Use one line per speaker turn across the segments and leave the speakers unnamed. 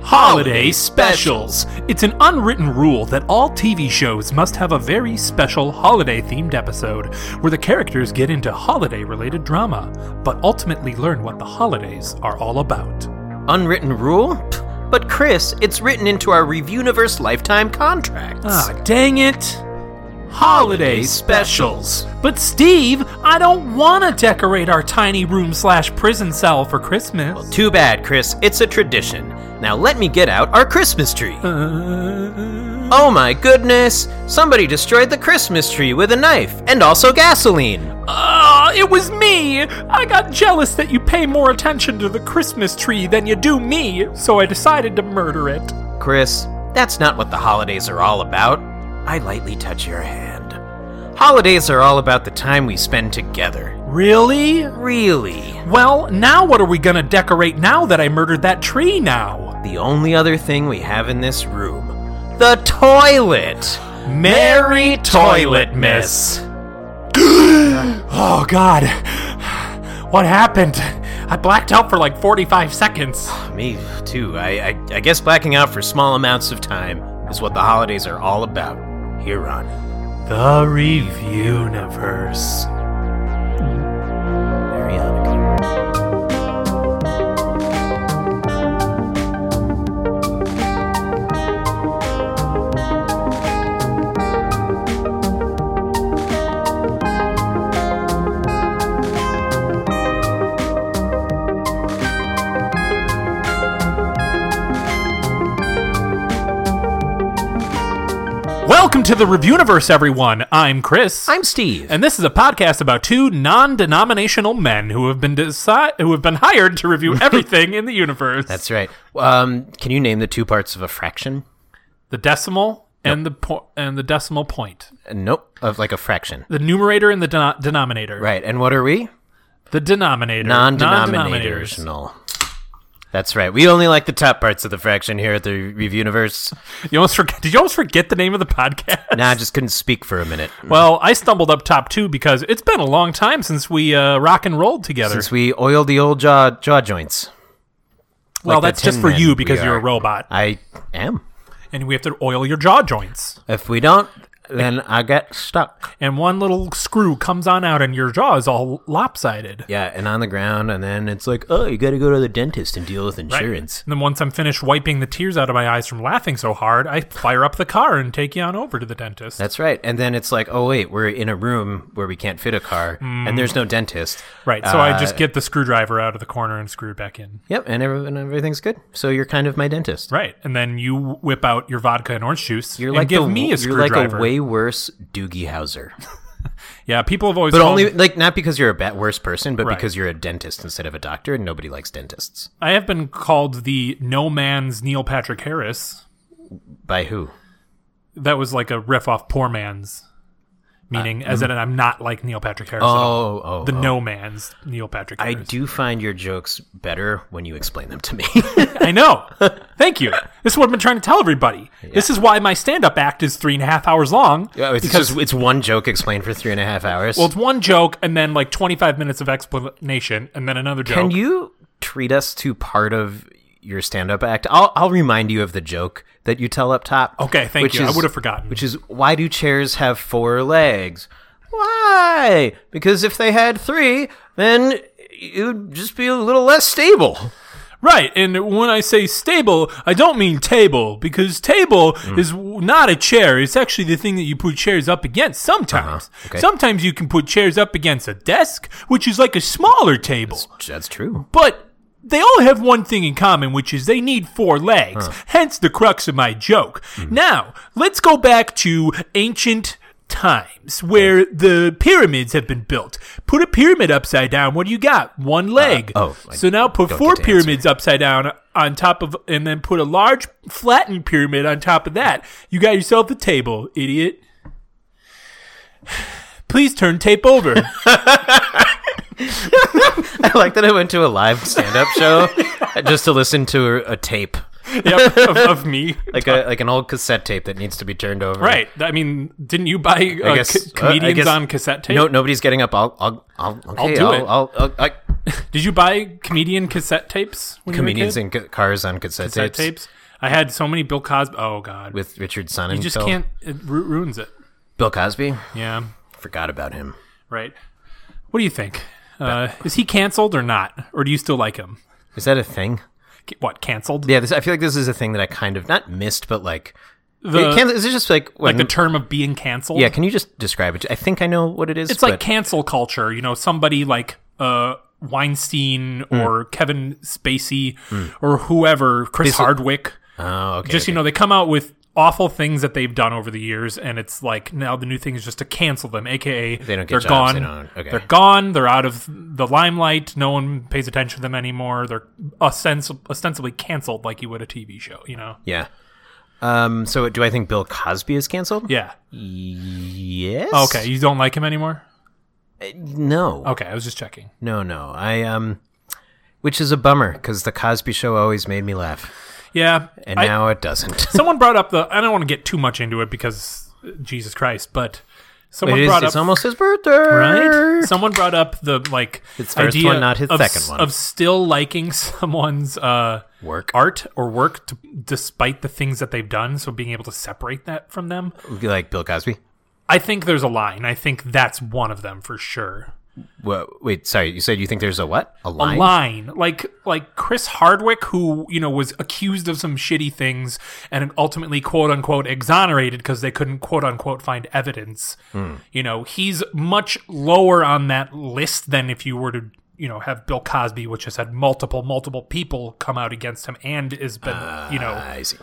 Holiday Specials. It's an unwritten rule that all TV shows must have a very special holiday themed episode where the characters get into holiday related drama, but ultimately learn what the holidays are all about.
Unwritten rule? Pff, But Chris, it's written into our Reviewniverse lifetime contracts.
Ah, dang it! Holiday Specials. But Steve, I don't want to decorate our tiny room slash prison cell for Christmas.
Too bad, Chris. It's a tradition. Now let me get out our Christmas tree.
Uh,
Oh my goodness! Somebody destroyed the Christmas tree with a knife and also gasoline.
Ah, it was me! I got jealous that you pay more attention to the Christmas tree than you do me, so I decided to murder it.
Chris, that's not what the holidays are all about. I lightly touch your hand. Holidays are all about the time we spend together.
Really?
Really?
Well, now what are we gonna decorate now that I murdered that tree now?
The only other thing we have in this room the toilet!
Merry Toilet Miss! oh god. What happened? I blacked out for like 45 seconds.
Me too. I, I, I guess blacking out for small amounts of time is what the holidays are all about here on
The Review Universe.
Ariana.
Welcome to the Review Universe, everyone. I'm Chris.
I'm Steve.
and this is a podcast about two non-denominational men who have been deci- who have been hired to review everything in the universe.
That's right. Um, can you name the two parts of a fraction?
the decimal and the po- and the decimal point.
Uh, Nope, of like a fraction.
The numerator and the deno denominator.
Right. And what are we?
The denominator. Non-denominators.
Non-denominational. That's right. We only like the top parts of the fraction here at the Review Universe.
You almost forget. Did you almost forget the name of the podcast?
Nah, I just couldn't speak for a minute
Well, I stumbled up top two because it's been a long time since we uh, rock and rolled together.
since we oiled the old jaw jaw joints.
well,
like the
that's just
Tin
for
Men
you
we
because you're a
are.
robot,
I am.
and we have to oil your jaw joints.
If we don't, then I get stuck.
And one little screw comes on out, and your jaw is all lopsided.
Yeah, and on the ground, and then it's like, oh, you got to go to the dentist and deal with insurance.
And then once I'm finished wiping the tears out of my eyes from laughing so hard, I fire up the car and take you on over to the dentist.
That's right. And then it's like, oh wait, we're in a room where we can't fit a car, and there's no dentist.
right. So
uh,
I just get the screwdriver out of the corner and screw it back in.
Yep, and, every, and everything's good. So you're kind of my dentist.
Right. And then you whip out your vodka and orange juice.
You're
and
like
give
the,
me a
you're like
screwdriver.
a way worse Doogie Howser,
yeah. People have always
but
called-
only like not because you're a bad worse person, but
Right.
because you're a dentist instead of a doctor, and nobody likes dentists.
I have been called the no man's Neil Patrick Harris.
By who?
That was like a riff off poor man's, meaning as in I'm not like Neil Patrick Harris. at all.
Uh, mm. Oh, oh,
the
oh.
no man's Neil Patrick
I
Harris.
do find your jokes better when you explain them to me.
I know. Thank you. This is what I've been trying to tell everybody. This is why my stand up act is three and a half hours long.
Yeah, Oh, it's just it's one joke explained for three and a half hours.
Well, it's one joke and then like 25 minutes of explanation and then another joke.
Can you treat us to part of your stand-up act? I'll I'll remind you of the joke that you tell up top.
Okay, thank
which
you. I
is-
would've forgotten.
Which is why do chairs have four legs? Why? Because if they had three, then it would just be a little less stable.
right. And when I say stable, I don't mean table because table
Mm.
is w- not a chair. It's actually the thing that you put chairs up against sometimes.
Uh-huh. Okay.
Sometimes you can put chairs up against a desk, which is like a smaller table.
That's true.
But they all have one thing in common, which is they need four legs. Hence the crux of my joke.
Hmm.
Now, let's go back to ancient times where the pyramids have been built. Put a pyramid upside down. What do you got? One leg.
oh, I
so now put
don't
four
get to answer.
pyramids upside down on top of, and then put a large flattened pyramid on top of that. You got yourself a table, idiot. Please turn tape over.
I like that I went to a live stand-up show just to listen to a, a tape.
yep, of, of me.
like a like an old cassette tape that needs to be turned over.
Right. I mean, didn't you buy uh,
I guess
co-
uh, I
comedians
guess-
on cassette tape?
No, nobody's getting up. I'll I'll I'll okay,
do
I'll,
it.
I'll, I'll, i
Did you buy comedian cassette tapes? When
comedians
you
in ca- cars on cassette,
were a kid? cassette
tapes
tapes. I had so many Bill Cosby. Oh God,
with Richard Sonnenfeld.
you just can't. It ru- ruins it.
Bill Cosby.
Yeah.
Forgot about him.
Right. What do you think? Uh, is he canceled or not? Or do you still like him?
Is that a thing?
Ca- What canceled?
Yeah, this, I feel like this is a thing that I kind of not missed, but like,
The-
it can, is it just like when?
Like the term of being canceled.
yeah, can you just describe it? I think I know what it is.
It's like
but-
cancel culture. You know, somebody like uh, Weinstein
Hmm.
or Kevin Spacey or whoever, Chris Hardwick.
oh, okay.
just you know they come out with awful things that they've done over the years and it's like now the new thing is just to cancel them aka they
don't get
are
jobs,
gone
they don't- okay.
are gone they're out of the limelight no one pays attention to them anymore they're ostens- ostensibly canceled like you would a tv show you know
yeah. Um. So, do I think Bill Cosby is canceled?
yeah Oh,
Yes.
okay Oh. you don't like him anymore
No.
okay i was just checking
No. No. I um, which is a bummer because the Cosby Show always made me laugh,
yeah
and
I-
now it doesn't.
someone brought up the i don't want to get too much into it because uh, jesus christ but someone
It is,
brought up
it's almost his birthday.
right? Someone brought up the like
His first
idea
one, not his
of,
second one.
of still liking someone's uh,
Work.
art or work t- despite the things that they've done. So being able to separate that from them,
Like Bill Cosby.
I think there's a line. I think that's one of them for sure.
Wha wait, sorry. You said you think there's a what? A line?
Line like like Chris Hardwick, who you know was accused of some shitty things and ultimately quote unquote exonerated because they couldn't quote unquote find evidence.
Hmm.
You know, he's much lower on that list than if you were to you know have Bill Cosby, which has had multiple multiple people come out against him and has been you know
I see.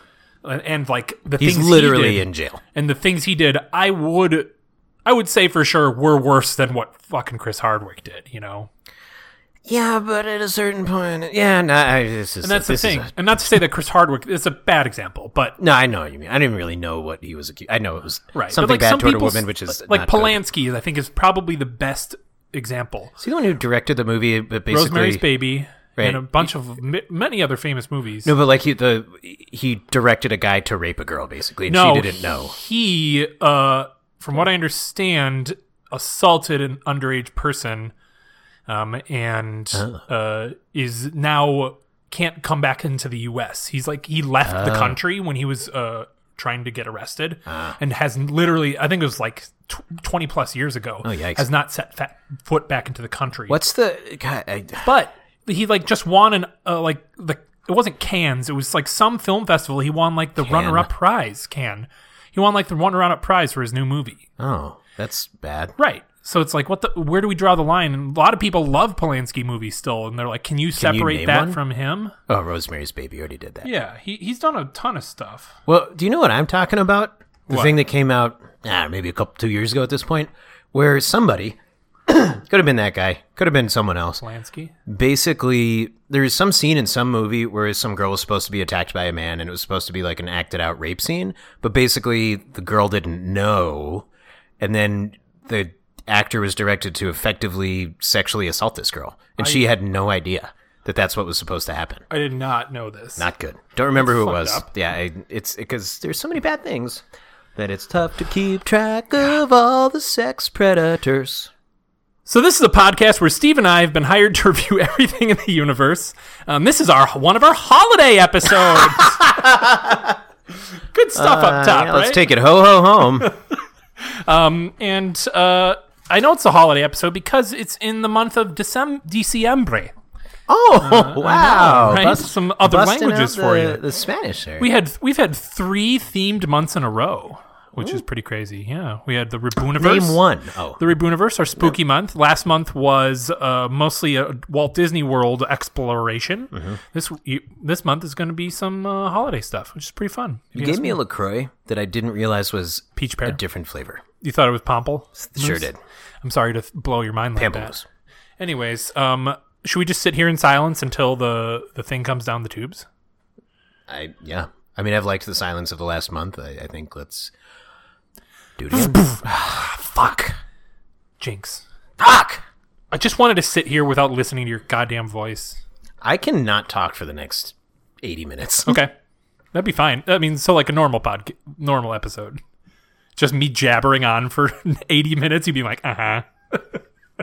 and, and like the
Ah. He's
things
literally
he did,
in jail.
and the things he did, I would. I would say for sure were worse than what fucking Chris Hardwick did, you know.
Yeah, but at a certain point, yeah, no, I, this is
And that's the
this is
thing.
a-
and not to say that Chris Hardwick is a bad example, but
no, I know what you mean. I didn't really know what he was. Accused. I know it was
right.
something
but like
bad
some
toward a
people's-
woman, which is
like
not good.
Polanski. I think is probably the best example.
Is he the one who directed the movie? But basically,
Rosemary's Baby
Right.
and a bunch of mi- many other famous movies.
no, but like he the he directed a guy to rape a girl, basically, and she didn't know.
He, uh, from what I understand, assaulted an underage person, um, and uh, is now can't come back into the U.S. He's like he left
Oh.
the country when he was uh, trying to get arrested,
Ah.
and has literally, I think it was like tw- twenty plus years ago, oh,
yikes.
has not set fa- foot back into the country.
What's the God? I,
But he like just won an uh, like the it wasn't Cannes. It was like some film festival. He won like the runner-up prize. Can he won like the runner-up prize for his new movie?
oh, that's bad.
Right. So it's like what the where do we draw the line? And a lot of people love Polanski movies still, and they're like, can you
you
separate
name
that
one?
from him?
Oh, Rosemary's Baby already did that.
Yeah, he he's done a ton of stuff.
Well, do you know what I'm talking about? The
What?
thing that came out ah, maybe a couple two years ago at this point, where somebody could have been that guy, could have been someone else.
Polanski.
Basically, there is some scene in some movie where some girl was supposed to be attacked by a man, and it was supposed to be like an acted out rape scene. But basically, the girl didn't know, and then the actor was directed to effectively sexually assault this girl, and she had no idea that that's what was supposed to happen.
I did not know this.
Not good. Don't remember who it
fucked
was.
up.
Yeah, I, it's because there's so many bad things that it's tough to keep track of all the sex predators.
So this is a podcast where Steve and I have been hired to review everything in the universe. Um, this is our one of our holiday episodes. Good stuff up top,
Uh, Yeah,
right?
Let's take it ho ho home.
and uh, I know it's a holiday episode because it's in the month of Decem- Diciembre.
oh wow!
Uh, right? Some other
busting out
languages
the,
for you.
The Spanish there.
We had we've had three themed months in a row, which is pretty crazy. Yeah, we had the Rebooniverse.
Name one. Oh,
The Rebooniverse, our spooky month. Last month was uh, mostly a Walt Disney World exploration. This you, this month is going to be some uh, holiday stuff, which is pretty fun. You,
you
guys-
gave me a Lacroix that I didn't realize was
peach pear.
a different flavor.
you thought it was pomple?
Sure did.
I'm sorry to th- blow your mind like that.
Pamplemousse.
Anyways, um, should we just sit here in silence until the the thing comes down the tubes?
I yeah. I mean, I've liked the silence of the last month. I, I think let's do it again.
Fuck, Jinx.
Fuck.
I just wanted to sit here without listening to your goddamn voice.
I cannot talk for the next 80 minutes.
Okay. That'd be fine. I mean, so like a normal pod, normal episode, just me jabbering on for eighty minutes. You'd be like, uh huh.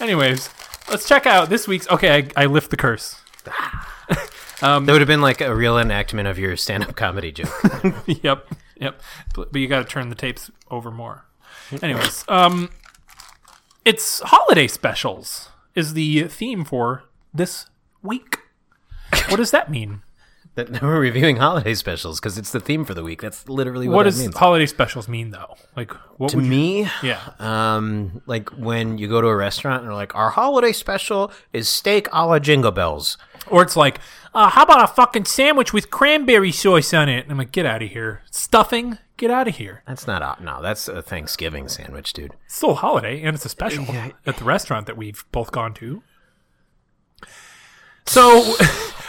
Anyways, let's check out this week's. Okay, I, I lift the curse.
that would have been like a real enactment of your stand-up comedy joke.
yep, yep. But, but you got to turn the tapes over more. Anyways, um, it's holiday specials is the theme for this week. What does that mean?
that that we're reviewing holiday specials because it's the theme for the week. That's literally what,
What
it
does
means.
holiday specials mean though? Like what
to
would
me,
yeah.
um, like when you go to a restaurant and they're like, our holiday special is steak a la Jingle Bells.
Or it's like, uh, how about a fucking sandwich with cranberry sauce on it? And I'm like, get out of here. Stuffing, get out of here.
That's not a, no, that's a Thanksgiving sandwich, dude.
It's still a holiday, and it's a special at the restaurant that we've both gone to. So,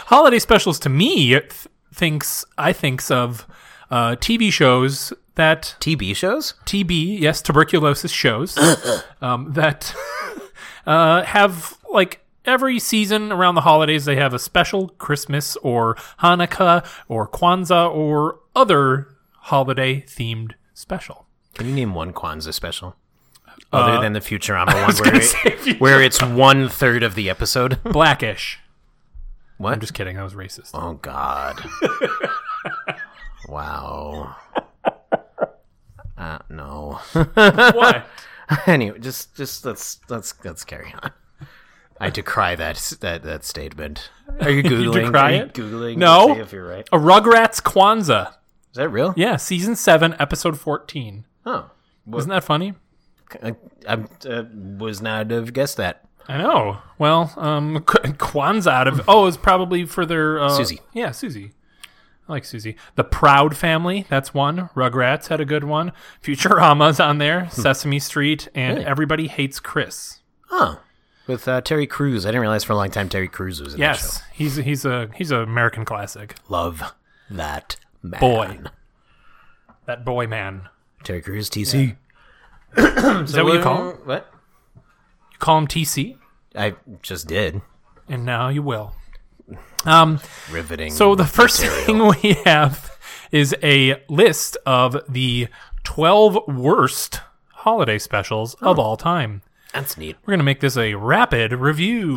holiday specials to me th- thinks I thinks of uh, TV shows that
TB shows?
TB, yes, tuberculosis shows um, that uh, have like every season around the holidays, they have a special Christmas or Hanukkah or Kwanzaa or other holiday themed special.
Can you name one Kwanzaa special? Other than the Futurama one,
Uh, gonna
where,
say
it, where it's one third of the episode.
Blackish.
What?
I'm just kidding. I was racist.
Oh God! wow. Uh, no.
Why?
anyway, just just let's let's let's carry on. I decry that that that statement. Are you googling?
decry
Are you
it?
googling. to
No.
see if you're right.
A Rugrats Kwanzaa.
Is that real?
Yeah, season seven, episode 14.
Oh,
Isn't that funny?
I, I, uh, was not to have guessed that.
I know. Well, um, K- Kwanzaa out of oh, it's probably for their uh,
Susie.
Yeah, Susie. I like Susie. The Proud Family. That's one. Rugrats had a good one. Futurama's on there. Sesame Street and
Hmm. Really?
Everybody Hates Chris.
Huh. With uh, Terry Crews, I didn't realize for a long time Terry Crews was in that show.
Yes, he's he's a he's an American classic.
Love that man.
Boy. That boy man.
Terry Crews, TC.
Is that what you call him?
What? uh,
You call him TC,
I just did.
and now you will. Um.
Riveting.
So the first thing we have is a list of the 12 worst holiday specials of all time.
that's neat.
We're going to make this a rapid review.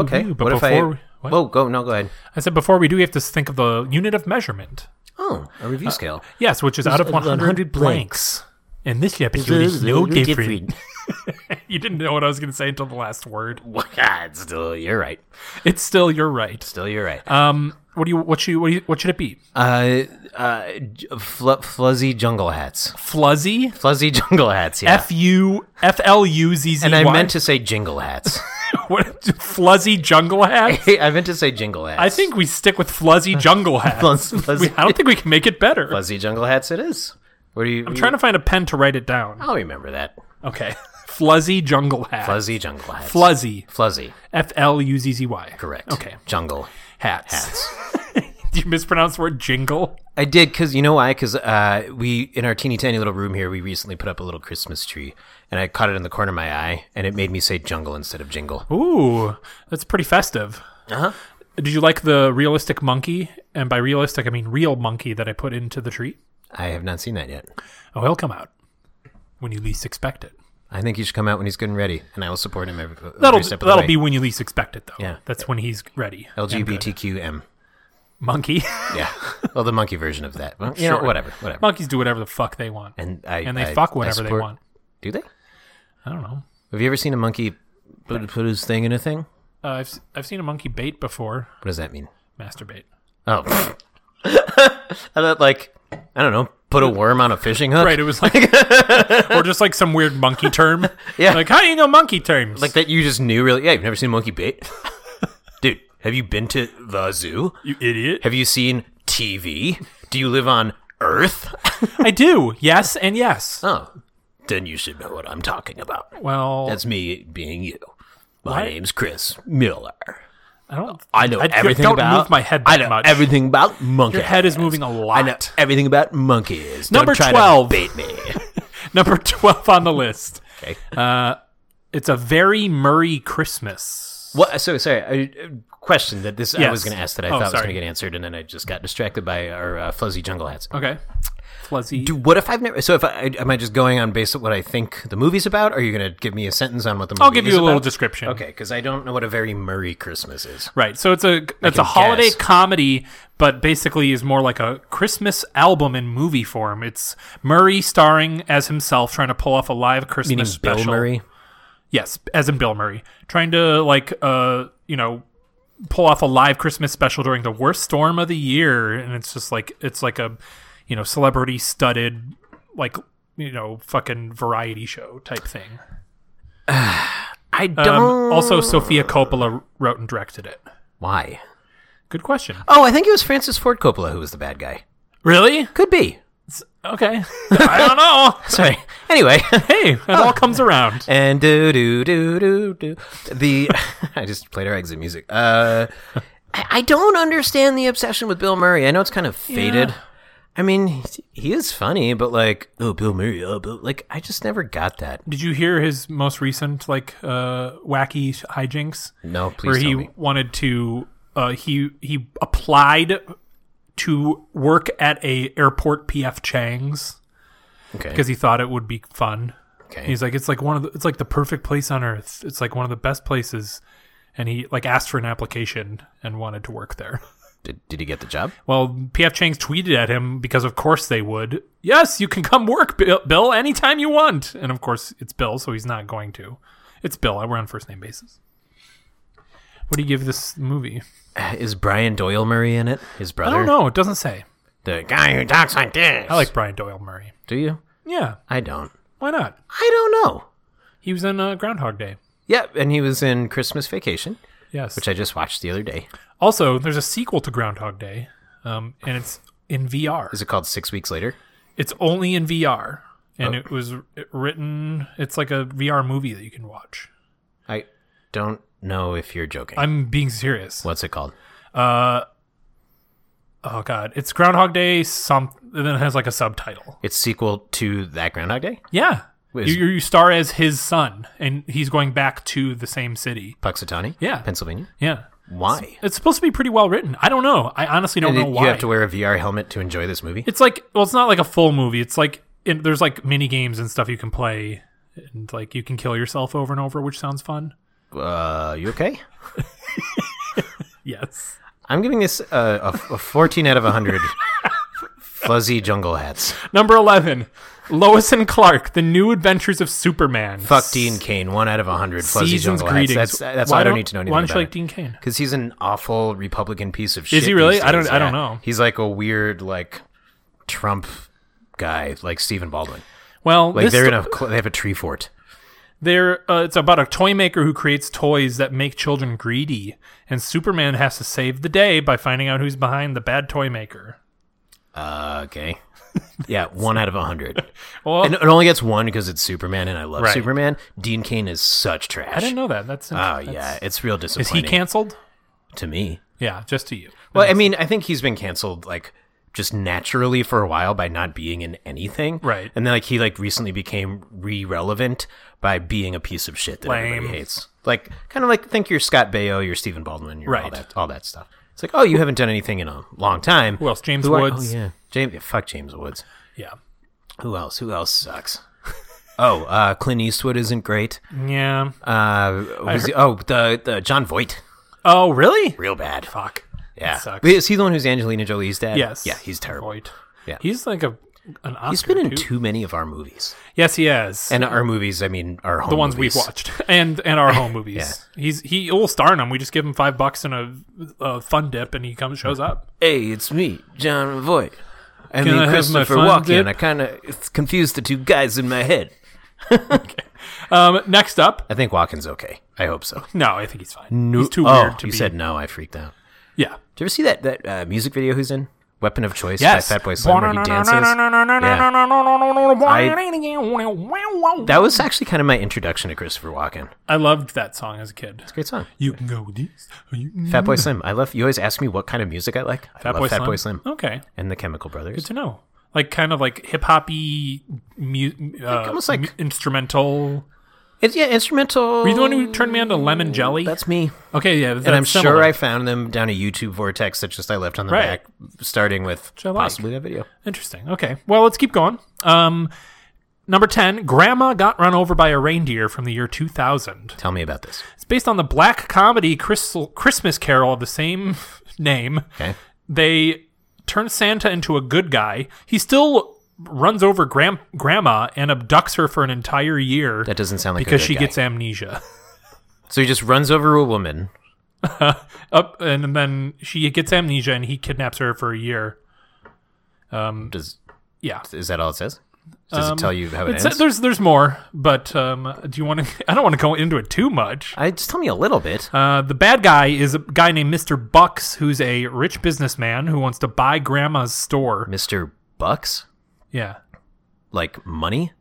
Review,
okay.
review. But
What if I?
before we- what?
Whoa, go no, go ahead.
I said before we do, we have to think of the unit of measurement.
Oh, a
uh,
review scale.
Yes, which is out of
a
100,
hundred
blanks. And this episode is no different. You didn't know what I was going to say until the last word.
God, still, you're right.
It's still you're right.
Still, you're right.
Um, what do you what should what, do you, what should it be?
Uh, uh, j- fl- fluzzy jungle hats.
Fluzzy,
Fluzzy jungle hats. Yeah.
F U F L U Z Z.
and I meant to say jingle hats.
What fluzzy jungle hat?
I meant to say jingle hats.
I think we stick with fluzzy jungle hat.
Fluzz- fluzzy,
We, I don't think we can make it better.
fluzzy jungle hats. It is. What do you?
I'm trying to find a pen to write it down.
I'll remember that.
Okay. Fluzzy jungle hat.
Fluzzy jungle hats.
Fluzzy.
fluzzy.
F L U Z Z Y.
Correct.
Okay.
Jungle
Hats.
hats.
Do you mispronounce the word jingle?
I did because you know why? Because uh, we in our teeny tiny little room here, we recently put up a little Christmas tree, and I caught it in the corner of my eye, and it made me say jungle instead of jingle.
Ooh, that's pretty festive.
Uh huh.
Did you like the realistic monkey? And by realistic, I mean real monkey that I put into the tree.
I have not seen that yet.
Oh, he'll come out when you least expect it.
I think he should come out when he's good and ready, and I will support him every, every
That'll
step of
that'll
the
be
way.
when you least expect it, though.
Yeah.
that's when he's ready.
LGBTQM.
Monkey.
Yeah. well, the monkey version of that. Well, you know,
Sure.
whatever, whatever.
Monkeys do whatever the fuck they want, and,
and I
they
I-
fuck
I
whatever they
support-
want.
Do they?
I don't know.
Have you ever seen a monkey put, put his thing in a thing?
Uh, I've s- I've seen a monkey bait before.
What does that mean?
Masturbate.
Oh, I thought like I don't know. Put a worm on a fishing hook.
Right. It was like, or just like some weird monkey term.
Yeah.
Like how do you know monkey terms?
Like that you just knew really. Yeah, you've never seen monkey bait, dude. Have you been to the zoo?
you idiot.
Have you seen TV? Do you live on Earth?
I do. Yes and yes.
Oh, then you should know what I'm talking about.
Well,
That's me being you. My
What?
name's Chris Miller.
I don't.
I know
I don't-
everything
don't
about.
move my head
I
that
know
much.
everything about monkey.
Your head is moving a
I know
lot.
everything about monkeys.
Number
don't try
12.
To bait me.
Number twelve on the list. Uh,
Okay.
It's a very Murray Christmas.
What? So sorry. I, uh, question that this I
Yes.
was going to ask that I
Oh,
thought was
sorry.
going to get answered, and then I just got distracted by our uh, fuzzy jungle hats.
Okay. Fuzzy.
Do, what if I've never? So if I am I just going on based on what I think the movie's about? Or are you going to give me a sentence on what the movie?
I'll give
is
you a little
about?
description.
Okay, because I don't know what a very Murray Christmas is.
Right. So it's a it's a
can
holiday
guess.
comedy, but basically is more like a Christmas album in movie form. It's Murray starring as himself, trying to pull off a live Christmas
Meaning
special.
Bill Murray.
Yes, as in Bill Murray, trying to like uh you know pull off a live Christmas special during the worst storm of the year, and it's just like it's like a you know celebrity studded like you know fucking variety show type thing.
I
Um,
don't.
also, Sophia Coppola wrote and directed it.
Why?
Good question.
Oh, I think it was Francis Ford Coppola who was the bad guy.
Really?
Could be.
Okay. I don't know.
Sorry. Anyway.
Hey, it all comes around.
and do do do do do the I just played our exit music. Uh, I, I don't understand the obsession with Bill Murray. I know it's kind of faded. I mean, he- he is funny, but like, oh, Bill Murray, oh, Bill, like, I just never got that.
Did you hear his most recent like uh, wacky hijinks?
No, please
where
tell
he
me.
wanted to uh, he he applied to work at a airport PF Chang's
Okay,
because he thought it would be fun.
okay.
And he's like, it's like one of the, it's like the perfect place on earth. It's like one of the best places. And he like asked for an application and wanted to work there.
did, did he get the job?
Well, PF Chang's tweeted at him because, of course, they would. Yes, you can come work, Bill, Bill, anytime you want. And of course, it's Bill, so he's not going to. It's Bill. We're on first name basis. What do you give this movie?
Is Brian Doyle Murray in it? His
I
brother,
don't know. It doesn't say.
the guy who talks like this.
I like Brian Doyle Murray.
Do you?
Yeah,
I don't.
why not?
I don't know.
He was in uh, Groundhog Day.
Yeah, and he was in Christmas Vacation,
Yes.
which I just watched the other day.
also, there's a sequel to Groundhog Day, um, and it's in VR.
Is it called Six Weeks Later?
It's only in VR,
Oh.
and it was written. It's like a VR movie that you can watch.
I don't know if you're joking.
I'm being serious.
What's it called?
oh god it's groundhog day some and then it has like a subtitle
It's sequel to that Groundhog Day.
yeah
Wait,
you,
is-
you star as his son and he's going back to the same city
Puxatawny.
Yeah.
Pennsylvania.
yeah
Why?
it's supposed to be pretty well written i don't know i honestly don't
And
know
it-
why
you have to wear a VR helmet to enjoy this movie.
it's like well it's not like a full movie it's like it, there's like mini games and stuff you can play and like you can kill yourself over and over which sounds fun
Uh, you okay?
yes
I'm giving this uh, a, a 14 out of 100. Fuzzy jungle hats.
number 11 lois and clark the new adventures of superman
Fuck Dean Kane. One out of 100. Fuzzy
seasons
jungle
greetings
hats. That's, that's why I don't need to know anything
why don't
about
you like dean kane
Because he's an awful Republican piece of shit.
he really?
these
I don't-
days,
I don't
yeah.
know.
He's like a weird like Trump guy, like Stephen Baldwin.
well
Like
this
they're in a cl- they have a tree fort.
They're, uh, it's about a toy maker who creates toys that make children greedy, and Superman has to save the day by finding out who's behind the bad toy maker.
Uh, okay. Yeah, one out of a hundred.
Well,
And uh, it only gets one because it's Superman, and I love
Right.
Superman. Dean Kane is such trash.
I didn't know that. That's
Oh
that's-
yeah, it's real
Is he
disappointing
canceled?
to me.
Yeah, just to you.
Well, I mean, I think he's been canceled like just naturally for a while by not being in anything.
Right.
And then like he like recently became re-relevant by being a piece of shit that
Lame.
everybody hates. Like kind of like think you're Scott Baio, you're Stephen Baldwin, you're all
Right.
that all that stuff. It's like, oh, you haven't done anything in a long time.
Who else? James
Who are-
Woods.
oh, yeah. James fuck James Woods.
yeah.
Who else? Who else sucks? oh, uh, Clint Eastwood isn't great.
Yeah.
Uh, was he- oh, the, the John Voight,
oh, really?
real bad.
Fuck.
Yeah,
sucks.
is he the one who's Angelina Jolie's dad?
Yes.
yeah, he's terrible.
Voight.
Yeah.
He's like a an Oscar.
He's been in
too.
too many of our movies,
Yes, he has.
and our movies. I mean, our home
the ones
movies.
we've watched and and our home movies. He's he will star in them. We just give him five bucks and a, a fun dip, and he comes shows up.
Hey, it's me, John Voight. I
Can
mean,
I have my
Christopher
fun
Walken.
dip?
I kind of confused the two guys in my head.
Um, next up,
I think Walken's okay. I hope so.
no, I think he's fine. he's too
oh,
weird to
you
be.
said no. I freaked out.
Yeah.
Did you ever see that that uh, music video he's in? Weapon of Choice
Yes.
by Fatboy Slim, where he dances. Yeah. That was actually kind of my introduction to Christopher Walken.
I loved that song as a kid.
Great song.
You can go with these. or you can-
Fatboy Slim. I love. You always ask me what kind of music I like. I love Fatboy Slim
Okay.
and the Chemical Brothers.
Good to know. Like kind of like hip hoppy, mu- uh,
almost like-
mu- instrumental.
It's yeah, instrumental.
Were you the one who turned me on to lemon jelly?
That's me.
okay, yeah. That's
and I'm
similar.
sure I found them down a YouTube vortex that just I left on the
Right.
back, starting with
I like.
possibly that video.
Interesting. Okay. Well, let's keep going. Um, number 10 Grandma Got Run Over by a Reindeer from the year 2000.
Tell me about this.
It's based on the black comedy Crystal Christmas Carol of the same name.
Okay.
They turn Santa into a good guy. He still runs over gram- grandma and abducts her for an entire year
That doesn't sound like
because
a good
she
guy.
gets amnesia.
so he just runs over a woman.
Up and then she gets amnesia and he kidnaps her for a year.
Does
Yeah.
is that all it says? Does it tell you how it
Um, It's,
ends?
there's there's more, but um, do you want to? I don't want to go into it too much.
I just tell me a little bit.
Uh, the bad guy is a guy named Mr. Bucks, who's a rich businessman who wants to buy grandma's store.
Mr. Bucks,
Yeah.
like money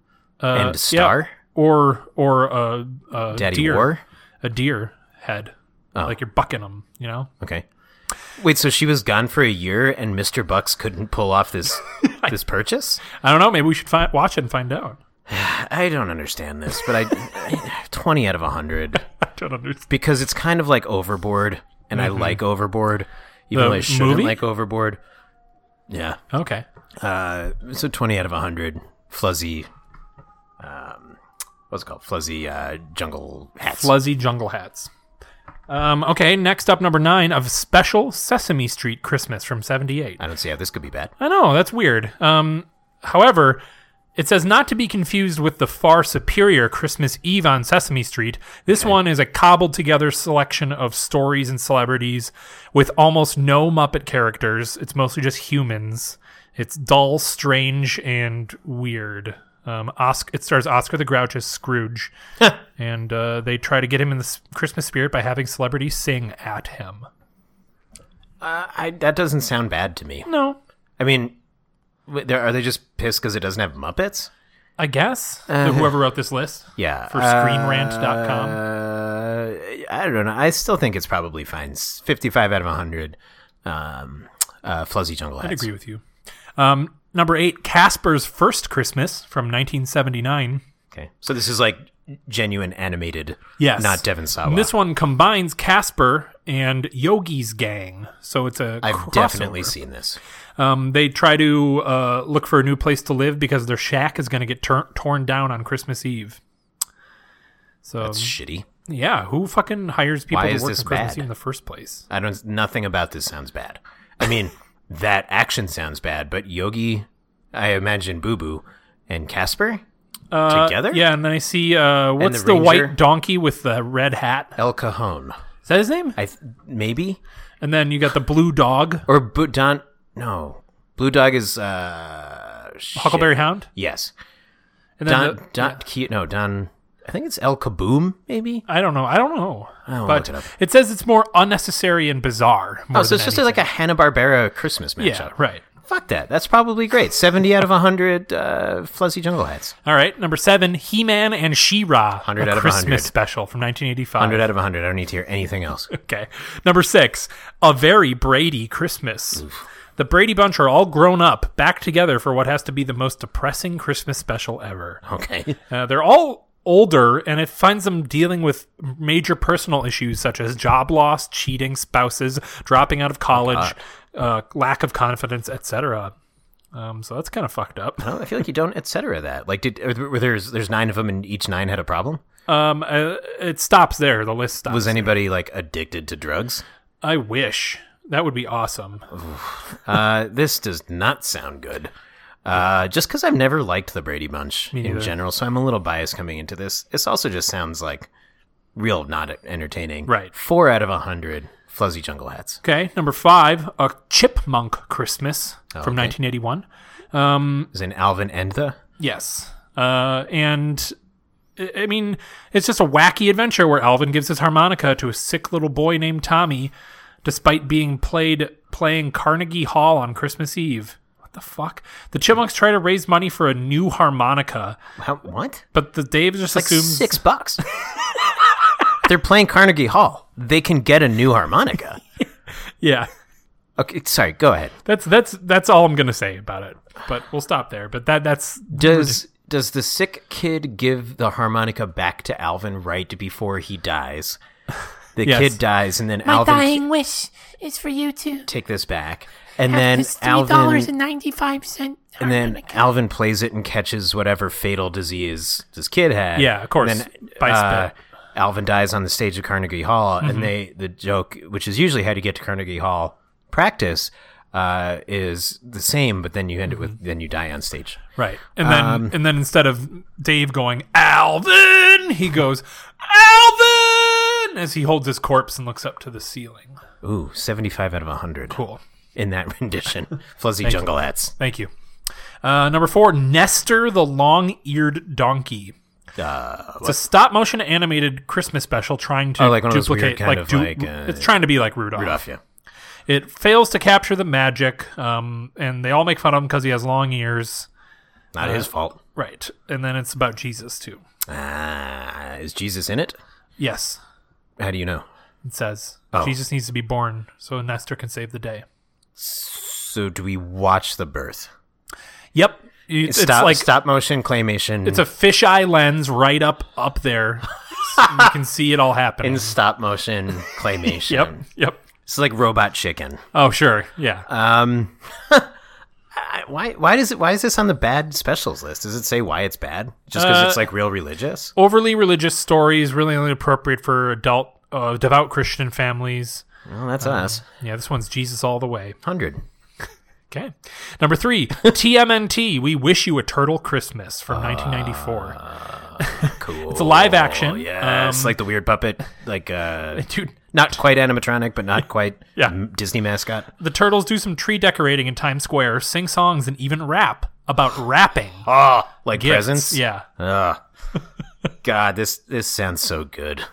Uh,
and star,
yeah. Or or a, a
daddy
deer,
war. Oh.
a deer head, like you're bucking them. You know,
Okay. Wait, so she was gone for a year, and Mr. Bucks couldn't pull off this this purchase?
I don't know. Maybe we should fi- watch it and find out.
I don't understand this, but I, I twenty out of hundred
I don't understand.
because it's kind of like Overboard, and I like Overboard, even
Mm-hmm. The
though I shouldn't
movie?
like Overboard. Yeah.
Okay.
Uh, so twenty out of hundred, fuzzy. Um, what's it called? Fuzzy uh, jungle hats.
Fluzzy jungle hats. Um, okay. Next up, number nine of Special Sesame Street Christmas from '78.
I don't see how this could be bad.
I know that's weird. Um, however, it says not to be confused with the far superior Christmas Eve on Sesame Street. This one is a cobbled together selection of stories and celebrities with almost no Muppet characters. It's mostly just humans. It's dull, strange, and weird. Um, Osc it stars Oscar the Grouch as Scrooge, and uh, they try to get him in the s- Christmas spirit by having celebrities sing at him.
Uh, I, that doesn't sound bad to me.
No,
I mean, w- there- are they just pissed because it doesn't have Muppets?
I guess whoever wrote this list.
Yeah.
for screenrant.com.
Uh, I don't know. I still think it's probably fine. It's 55 out of 100. Um, uh, Fuzzy Jungle Hats.
I agree with you. Um, number eight, Casper's First Christmas from 1979.
Okay. So this is like genuine animated.
Yes.
Not Devon Sawa.
And this one combines Casper and Yogi's gang, so it's a
I've
crossover.
definitely seen this.
Um, they try to uh, look for a new place to live because their shack is going to get tur- torn down on Christmas Eve. So
It's shitty.
yeah, who fucking hires people
Why
to
is
work
this
on Christmas
bad?
Eve in the first place?
I don't. Nothing about this sounds bad. I mean, that action sounds bad, but Yogi, I imagine Boo Boo, and Casper together.
Uh, Yeah, and then I see uh, what's
the
the,
ranger?
white donkey with the red hat?
El Cajon.
Is that his name?
I th- maybe
And then you got the blue dog,
or Bo- Don. No, Blue Dog is uh. shit.
Huckleberry Hound.
Yes.
And then
Don.
the-
Don. Ke- no, Don. I think it's El Kaboom. Maybe.
I don't know. I don't know.
I'll
but
look it up.
says it's more unnecessary and bizarre. More
Oh, so it's just like a Hanna Barbera Christmas matchup.
yeah, right.
Fuck that. That's probably great. Seventy out of hundred. Uh, fuzzy jungle hats.
All right, number seven, He-Man and She-Ra,
100
a
out of 100.
Christmas special from 1985.
Hundred out of hundred. I don't need to hear anything else.
Okay, number six, a very Brady Christmas. The Brady Bunch are all grown up, back together for what has to be the most depressing Christmas special ever.
Okay.
Uh, they're all older, and it finds them dealing with major personal issues such as job loss, cheating, spouses, dropping out of college, uh, lack of confidence, etc. Um, so that's kind of fucked up.
No, I feel like you don't, et cetera. That like, did are there- were there's there's nine of them, and each nine had a problem.
Um, uh, it stops there. The list stops.
Was anybody like addicted to drugs?
I wish that would be awesome.
Uh, this does not sound good. Uh, just because I've never liked the Brady Bunch in
neither.
general, so I'm a little biased coming into this. This also just sounds like real not entertaining.
Right.
Four out of a hundred fuzzy jungle hats.
Okay, number five, a chipmunk Christmas from 1981.
Is in Alvin and the
Yes. Uh, and I I mean, it's just a wacky adventure where Alvin gives his harmonica to a sick little boy named Tommy, despite being played playing Carnegie Hall on Christmas Eve. What the fuck? The Chipmunks try to raise money for a new harmonica,
how, what?
but the Dave just
Like
assumes
six bucks. They're playing Carnegie Hall. They can get a new harmonica.
yeah.
Okay, sorry. Go ahead.
That's that's that's all I'm gonna say about it. But we'll stop there. But that that's
Does Does the sick kid give the harmonica back to Alvin right before he dies? The
Yes.
kid dies, and then Alvin
wish is for you to
take this back, and then Alvin
and ninety five cent.
And then Alvin plays it and catches whatever fatal disease this kid had.
Yeah, of course.
And then,
By
uh,
spit.
Alvin dies on the stage of Carnegie Hall,
Mm-hmm.
and they the joke, which is usually how to get to Carnegie Hall practice, uh, is the same, but then you end it
Mm-hmm.
with then you die on stage.
Right. And then
Um,
and then instead of Dave going Alvin, he goes Alvin as he holds his corpse and looks up to the ceiling.
Ooh, seventy five out of hundred.
Cool.
In that rendition, Fuzzy Jungle Hats.
Thank you. Uh, number four, Nestor the Long-Eared Donkey. it's a stop-motion animated Christmas special trying to
Uh, Oh, like one of those
duplicate,
weird kind
like,
of,
du-
like, uh,
it's trying to be like Rudolph.
Rudolph, yeah.
It fails to capture the magic, um, and they all make fun of him because he has long ears.
Not
Uh-huh.
his fault.
Right, and then it's about Jesus too.
Ah, is Jesus in it?
Yes,
How do you know?
it says
Oh.
Jesus needs to be born so Nestor can save the day.
So do we watch the birth?
Yep, it's,
stop,
it's like
stop motion claymation.
it's a fisheye lens right up up there. you can see it all happening.
in stop motion claymation.
Yep, yep.
It's like Robot Chicken.
Oh, sure, yeah.
Um, I- why why does it why is this on the bad specials list? Does it say why it's bad? Just because
Uh,
it's like real religious?
Overly religious stories really only appropriate for adult, uh, devout Christian families.
Well,
uh,
that's us.
Yeah, this one's Jesus all the way.
Hundred.
Okay. Number three, TMNT, We Wish You a Turtle Christmas from
Uh,
1994.
Cool.
It's a live action.
Yeah, it's
Um,
like the weird puppet, like uh,
Dude,
not quite animatronic, but not quite
Yeah.
m- Disney mascot.
the turtles do some tree decorating in Times Square, sing songs, and even rap about rapping.
Oh, like
Gifts.
presents.
Ah, Yeah.
Ugh. God, this this sounds so good.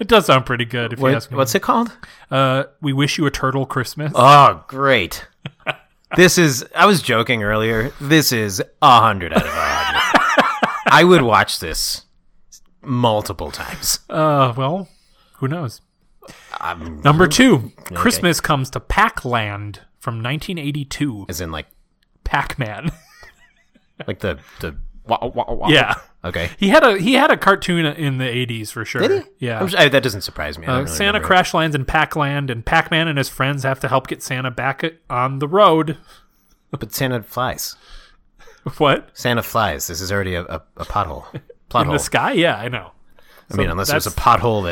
It does sound pretty good if you
What,
ask me.
what's it called?
Uh, we Wish You a Turtle Christmas.
Oh, great. this is, I was joking earlier. This is 100 out of 100. I would watch this multiple times.
Uh, well, who knows?
Um,
Number two, Christmas Comes to Pac Land from 1982.
as in, like,
Pac Man.
like the, the, wah, wah, wah.
yeah.
Okay.
He had a he had a cartoon in the 80s for sure.
Did he?
Yeah.
I'm sure- I- that doesn't surprise me. I don't
Uh,
really
Santa
remember it.
crash lands in Pac Land, and Pac Man and his friends have to help get Santa back it- on the road.
But Santa flies.
What?
Santa flies. This is already a, a, a pothole. Plot
In
hole.
the sky? Yeah, I know.
I mean, unless there's a
that's-
pothole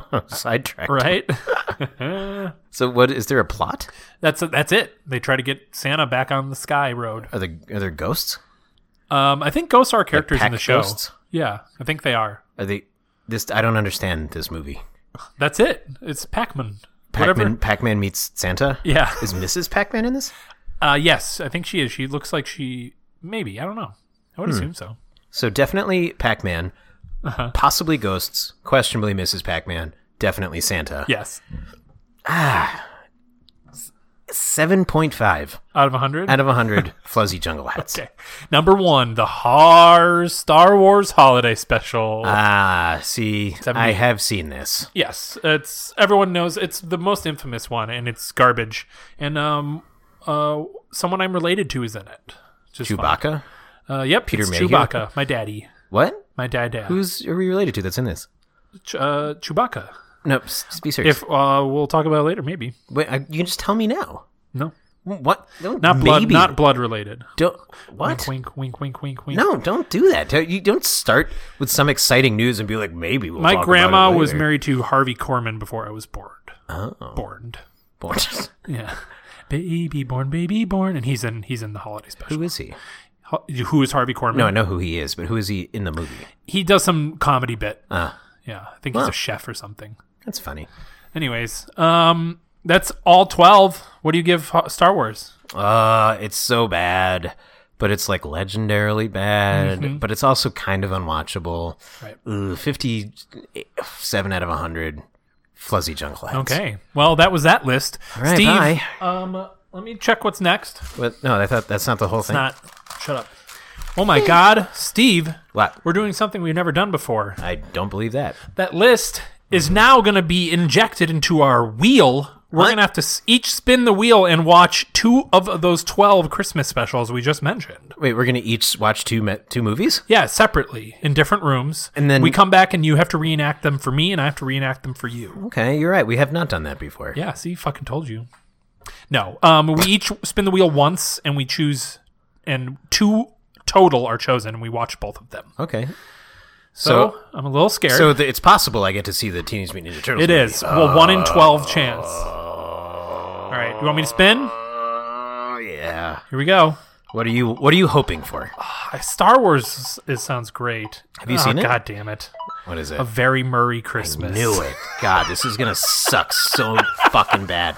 that sidetracked.
Right?
So, what is there a plot?
that's that's it. They try to get Santa back on the sky road.
Are there, are there ghosts?
Um, I think ghosts are characters in
pack
the show.
ghosts?
Yeah, I think they are.
Are they, this, I don't understand this movie.
That's it. It's Pac Man.
Pac-Man, Pac-Man meets Santa.
Yeah.
Is Mrs. Pac-Man in this?
Uh, yes, I think she is. She looks like she maybe. I don't know. I
Hmm.
would assume so.
So definitely Pac-Man,
Uh-huh.
possibly ghosts, questionably Mrs. Pac-Man, definitely Santa.
Yes.
Seven point five
Out of hundred.
out of hundred. Fuzzy Jungle Hats.
Okay. Number one, the Har Star Wars Holiday Special.
Ah, see, I
70.
have seen this.
Yes, it's everyone knows it's the most infamous one, and it's garbage. And um, uh, someone I'm related to is in it. Just fun.
Chewbacca.
Uh, yep, Peter
Mayhew?
Chewbacca, my daddy,
What?
my dad, dad,
Who's are we related to that's in this?
Ch- uh, Chewbacca.
No, s- s- be serious.
If uh, we'll talk about it later, maybe.
Wait, I, you can just tell me now.
No,
What? Don't,
not blood,
maybe.
not blood related.
Don't, what?
Wink, wink, wink, wink, wink.
No, don't do that. Don't- You don't start with some exciting news and be like, maybe we'll.
my
talk about
grandma
it
was
later.
married to Harvey Korman before I was born.
Oh.
Born. Yeah. Baby born, baby born, and he's in he's in the holiday special.
Who is he?
Ho- Who is Harvey Korman?
No, I know who he is, but who is he in the movie?
he does some comedy bit.
Ah.
yeah, I think he's a chef or something.
That's funny.
Anyways, um, that's all twelve. What do you give Ho- Star Wars?
Uh, it's so bad, but it's like legendarily bad, but it's also kind of unwatchable.
Mm-hmm. Right.
Ugh, 57 out of 100 fuzzy jungle heads.
Okay, well that was that list.
right,
Steve,
bye.
um, let me check what's next.
But no, I thought that's not the whole thing.
Not shut up. Oh my God, Steve,
What?
we're doing something we've never done before.
I don't believe that.
That list is now going to be injected into our wheel We're gonna have to s- each spin the wheel and watch two of those twelve Christmas specials we just mentioned.
Wait, we're gonna each watch two me- two movies?
Yeah, separately in different rooms,
And then-
we come back and you have to reenact them for me, and I have to reenact them for you.
Okay, you're right. We have not done that before.
Yeah, see, fucking told you. No, um, we each spin the wheel once, and we choose, and two total are chosen, and we watch both of them.
Okay.
So,
So
I'm a little scared.
so th- it's possible I get to see the Teenage Mutant Ninja Turtles.
It
movie.
is. Well, one in 12 chance. All right. You want me to spin?
Oh yeah.
Here we go.
What are you What are you hoping for?
Ah, Star Wars is, sounds great. Have
you seen it?
God damn it.
What is it?
A very Murray Christmas.
Knew it. God, this is gonna suck so fucking bad.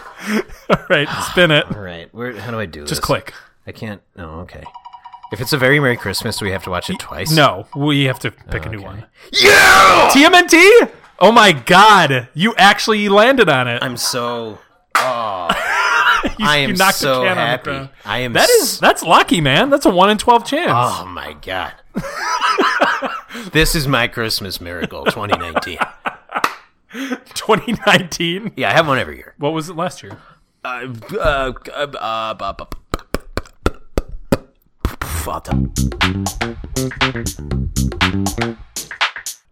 All right. Spin it.
All right, where? How do I do this?
Just click.
I can't. Oh, okay. If it's a very Merry Christmas, do we have to watch it twice?
No, we have to pick a new one.
Yeah.
TMNT? Oh my God. You actually landed on it.
I'm so. Oh,
You,
I
you
am
knocked
so
the can
happy.
on the ground.
I am.
That is,
s-
that's lucky, man. That's a one in 12 chance.
Oh my god. this is my Christmas miracle, 2019.
2019.
Yeah, I have one every year.
What was it last year?
Uh, uh, uh, uh, bu- bu- bu- Father.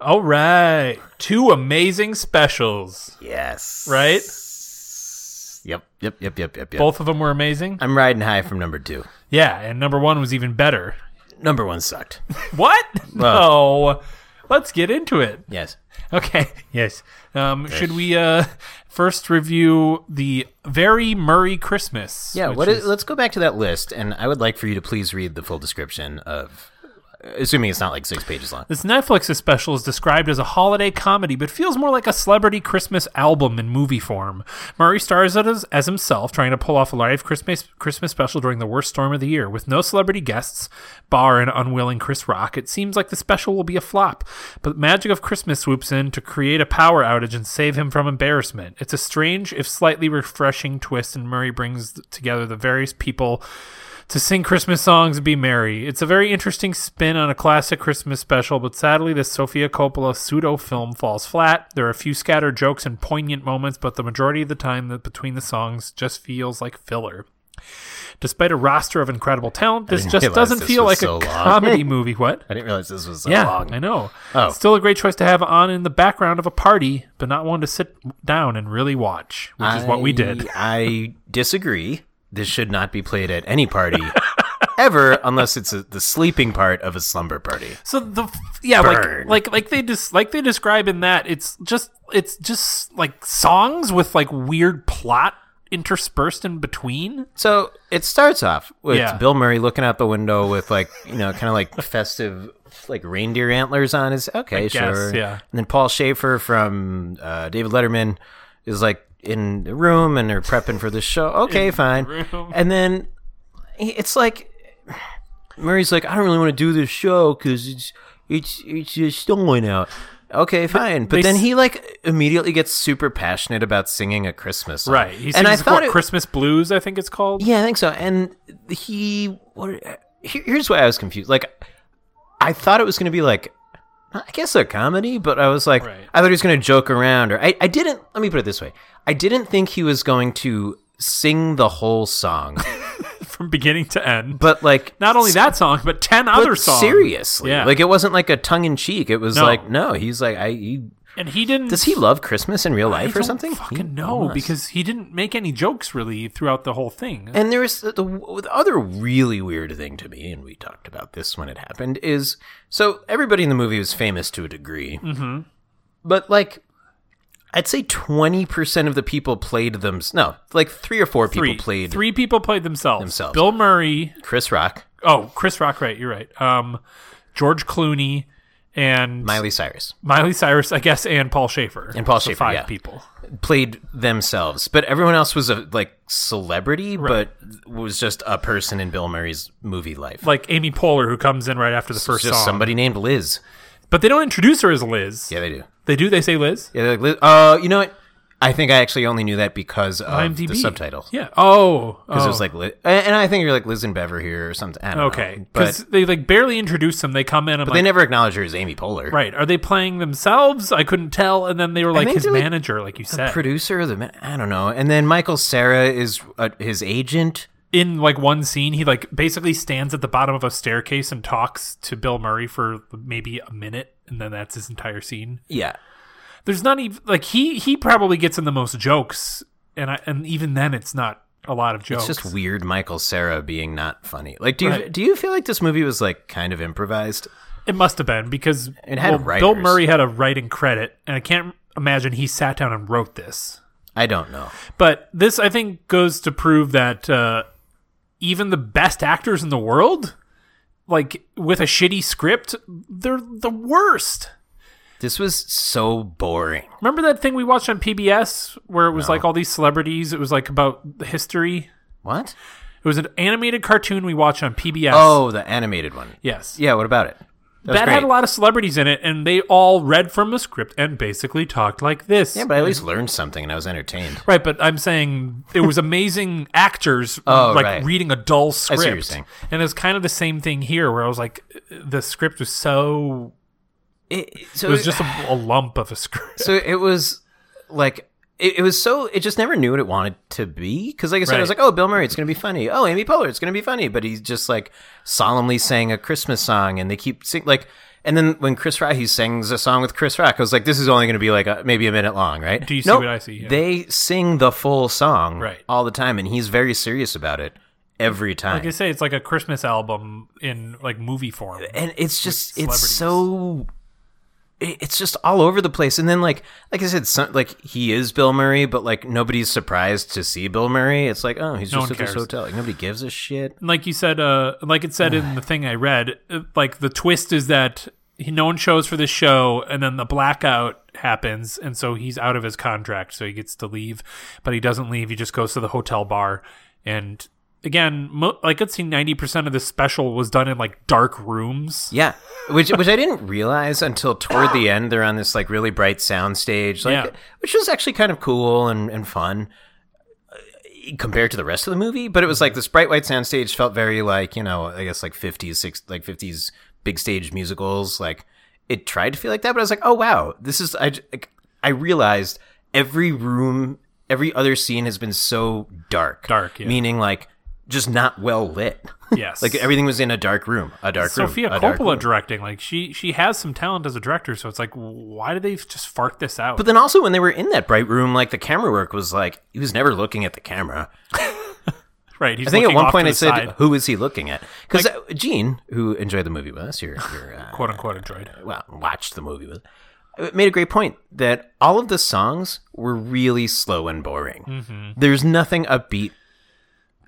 All right. Two amazing specials,
Yes.
right?
Yep. Yep. Yep. Yep. Yep. yep.
Both of them were amazing.
I'm riding high from number two.
Yeah, and number one was even better.
Number one sucked.
What?
Uh. Well-
no. Let's get into it.
Yes.
Okay. Yes. Um, Should we uh, first review the very Murray Christmas?
Yeah.
which
What is, let's go back to that list, and I would like for you to please read the full description of, assuming it's not like six pages long.
This Netflix special is described as a holiday comedy, but feels more like a celebrity Christmas album in movie form. Murray stars as, as himself, trying to pull off a live Christmas Christmas special during the worst storm of the year. With no celebrity guests, bar an unwilling Chris Rock, it seems like the special will be a flop. But the magic of Christmas swoops in to create a power outage and save him from embarrassment. It's a strange, if slightly refreshing twist, and Murray brings together the various people to sing Christmas songs and be merry. It's a very interesting spin on a classic Christmas special, but sadly, this Sofia Coppola pseudo film falls flat. There are a few scattered jokes and poignant moments, but the majority of the time that between the songs just feels like filler. Despite a roster of incredible talent, this just
realize
doesn't
this
feel like
was
a
so long.
comedy movie. What?
I didn't realize this was so
Yeah,
long.
I know.
Oh.
It's still a great choice to have on in the background of a party, but not one to sit down and really watch, which is what we did.
I disagree. This should not be played at any party ever, unless it's a, the sleeping part of a slumber party.
So the yeah,
Burn.
like like like they just like they describe in that it's just it's just like songs with like weird plot interspersed in between.
So it starts off with
Yeah.
Bill Murray looking out the window with like you know kind of like festive like reindeer antlers on his. Okay,
guess,
sure.
yeah.
And then Paul Schaefer from uh, David Letterman is like in the room and they're prepping for the show. Okay, fine. And then he- it's like Murray's like, I don't really want to do this show because it's it's it's just stolen out. Okay, fine. But
they
then
s-
he like immediately gets super passionate about singing a Christmas song.
Right. He sings
and I thought
what,
it,
Christmas Blues, I think it's called.
yeah, I think so. And he what? Here, here's why I was confused. Like, I thought it was going to be like, I guess a comedy, but I was like,
Right.
I thought he was going to joke around, or I, I didn't. Let me put it this way: I didn't think he was going to sing the whole song,
From beginning to end.
but like
Not only that song, but ten
but
other songs.
seriously,
Yeah.
like it wasn't like a tongue in cheek. It was
No.
like, no, he's like, I. He,
and he didn't
does he love Christmas in real
I
life or
don't
something? He
Fucking no,
must.
because he didn't make any jokes really throughout the whole thing.
And there was the, the, the other really weird thing to me, and we talked about this when it happened, is so everybody in the movie was famous to a degree. Mm-hmm. But like, I'd say 20% of the people played them. No, like three or four
three
people played
three people played themselves.
themselves.
Bill Murray,
Chris Rock,
oh, Chris Rock, right, you're right. Um George Clooney and
Miley Cyrus,
Miley Cyrus, I guess, and Paul Schaefer.
And Paul
So
Schaefer,
five
yeah.
people.
played themselves. But everyone else was a like celebrity, but was just a person in Bill Murray's movie life.
Like Amy Poehler, who comes in right after the first
just
song.
somebody named Liz.
But they don't introduce her as Liz.
Yeah, they do.
They do. They say Liz.
Yeah, they're like, Liz, uh, you know what? I think I actually only knew that because of
IMDb.
the subtitle.
Yeah. Oh. oh.
Because it was like, Li- and and I think you're like Liz and Bever here or something. I don't
okay,
know. but
because they like barely introduced them. They come in. I'm
they
like,
never acknowledge her as Amy Poehler,
right. Are they playing themselves? I couldn't tell. And then they were like
think
his
they're, like,
manager, like you said,
Producer, of the ma- I don't know. And then Michael Sarah is uh, his agent.
in like one scene, he like basically stands at the bottom of a staircase and talks to Bill Murray for maybe a minute, and then that's his entire scene.
Yeah,
There's not even like he he probably gets in the most jokes, and I and even then it's not a lot of jokes.
it's just weird. Michael Sarah being not funny. Like, do you
Right.
do you feel like this movie was like kind of improvised?
It must have been because
It had
well, Bill
writers.
Murray had a writing credit, and I can't imagine he sat down and wrote this.
I don't know.
But this, I think, goes to prove that uh, even the best actors in the world, like with a shitty script, they're the worst.
This was so boring.
Remember that thing we watched on PBS where it was like all these celebrities? It was like about history.
What?
It was an animated cartoon we watched on PBS.
Oh, the animated one.
yes.
Yeah. What about it? was
that had a
great.
lot of celebrities in it, and they all read from a script and basically talked like this.
Yeah, but I at least learned something, and I was entertained.
Right, but I'm saying it was amazing actors
Oh,
like
right.
reading a dull script.
what you're saying.
And it's kind of the same thing here where I was like the script was so
It, so
it was just a, a lump of a script.
so it was like it, it was so it just never knew what it wanted to be because like i said i was
Right.
like oh bill murray it's going to be funny oh amy poehler it's going to be funny but he's just like solemnly sang a christmas song and they keep sing like and then when chris rock he sings a song with chris rock i was like this is only going to be like a, maybe a minute long right
Do you see
Nope.
what I see? Yeah.
they sing the full song
Right.
all the time and he's very serious about it every time
Like I say, it's like a Christmas album in like movie form.
and it's just
with
it's
celebrities.
so it- it's just all over the place and then like like i said some, like he is bill murray but like nobody's surprised to see bill murray it's like oh he's
No one
just at
cares.
this hotel like nobody gives a shit
And like you said, uh, like it said in the thing I read, uh, like the twist is that he, no one shows for this show, and then the blackout happens, and so he's out of his contract, so he gets to leave, but he doesn't leave. He just goes to the hotel bar, and again, mo- like I'd say ninety percent of this special was done in like dark rooms.
yeah which which i didn't realize until toward the end they're on this like really bright sound stage like
Yeah.
which was actually kind of cool and, and fun uh, compared to the rest of the movie but it was like this bright white sound stage felt very like you know i guess like 50s six like 50s big stage musicals like it tried to feel like that but i was like oh wow this is i j- like, i realized every room every other scene has been so dark
Dark, yeah.
meaning like just not well lit
Yes,
like everything was in a dark room a dark room
Sophia
a dark room.
Coppola directing, like she she has some talent as a director, so it's like, why did they just fart this out?
But then also when they were in that bright room, like the camera work was like he was never looking at the camera.
right, he's
I think at
looking
one
off
point
to
I
the
said,
side,
"Who is he looking at?" Because Gene, who enjoyed the movie with us, your, your uh,
quote unquote, enjoyed.
well, watched the movie with, it made a great point that all of the songs were really slow and boring. There's nothing upbeat
They-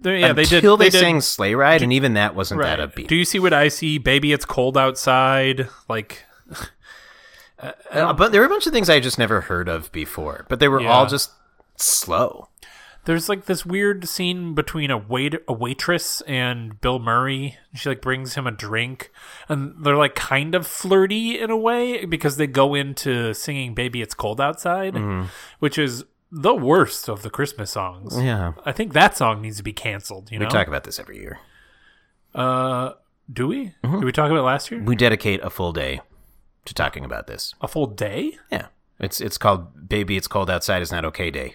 Mm-hmm. Yeah, they did.
until they,
did-
sang "Sleigh Ride," and even that wasn't that upbeat.
Do you see what I see? Baby, it's cold outside. Like,
Uh, but there were a bunch of things I just never heard of before, but they were
Yeah.
all just slow.
there's like this weird scene between a wait a waitress and Bill Murray. She like brings him a drink, and they're like kind of flirty in a way because they go into singing "Baby, it's cold outside," which is the worst of the Christmas songs.
Yeah,
I think that song needs to be canceled. You
Mm-hmm. we
know,
talk about this every year.
uh, do we? Did we talk about it last year?
We dedicate a full day to talking about this.
A full day?
Yeah. It's it's called Baby It's Cold Outside Is Not Okay Day.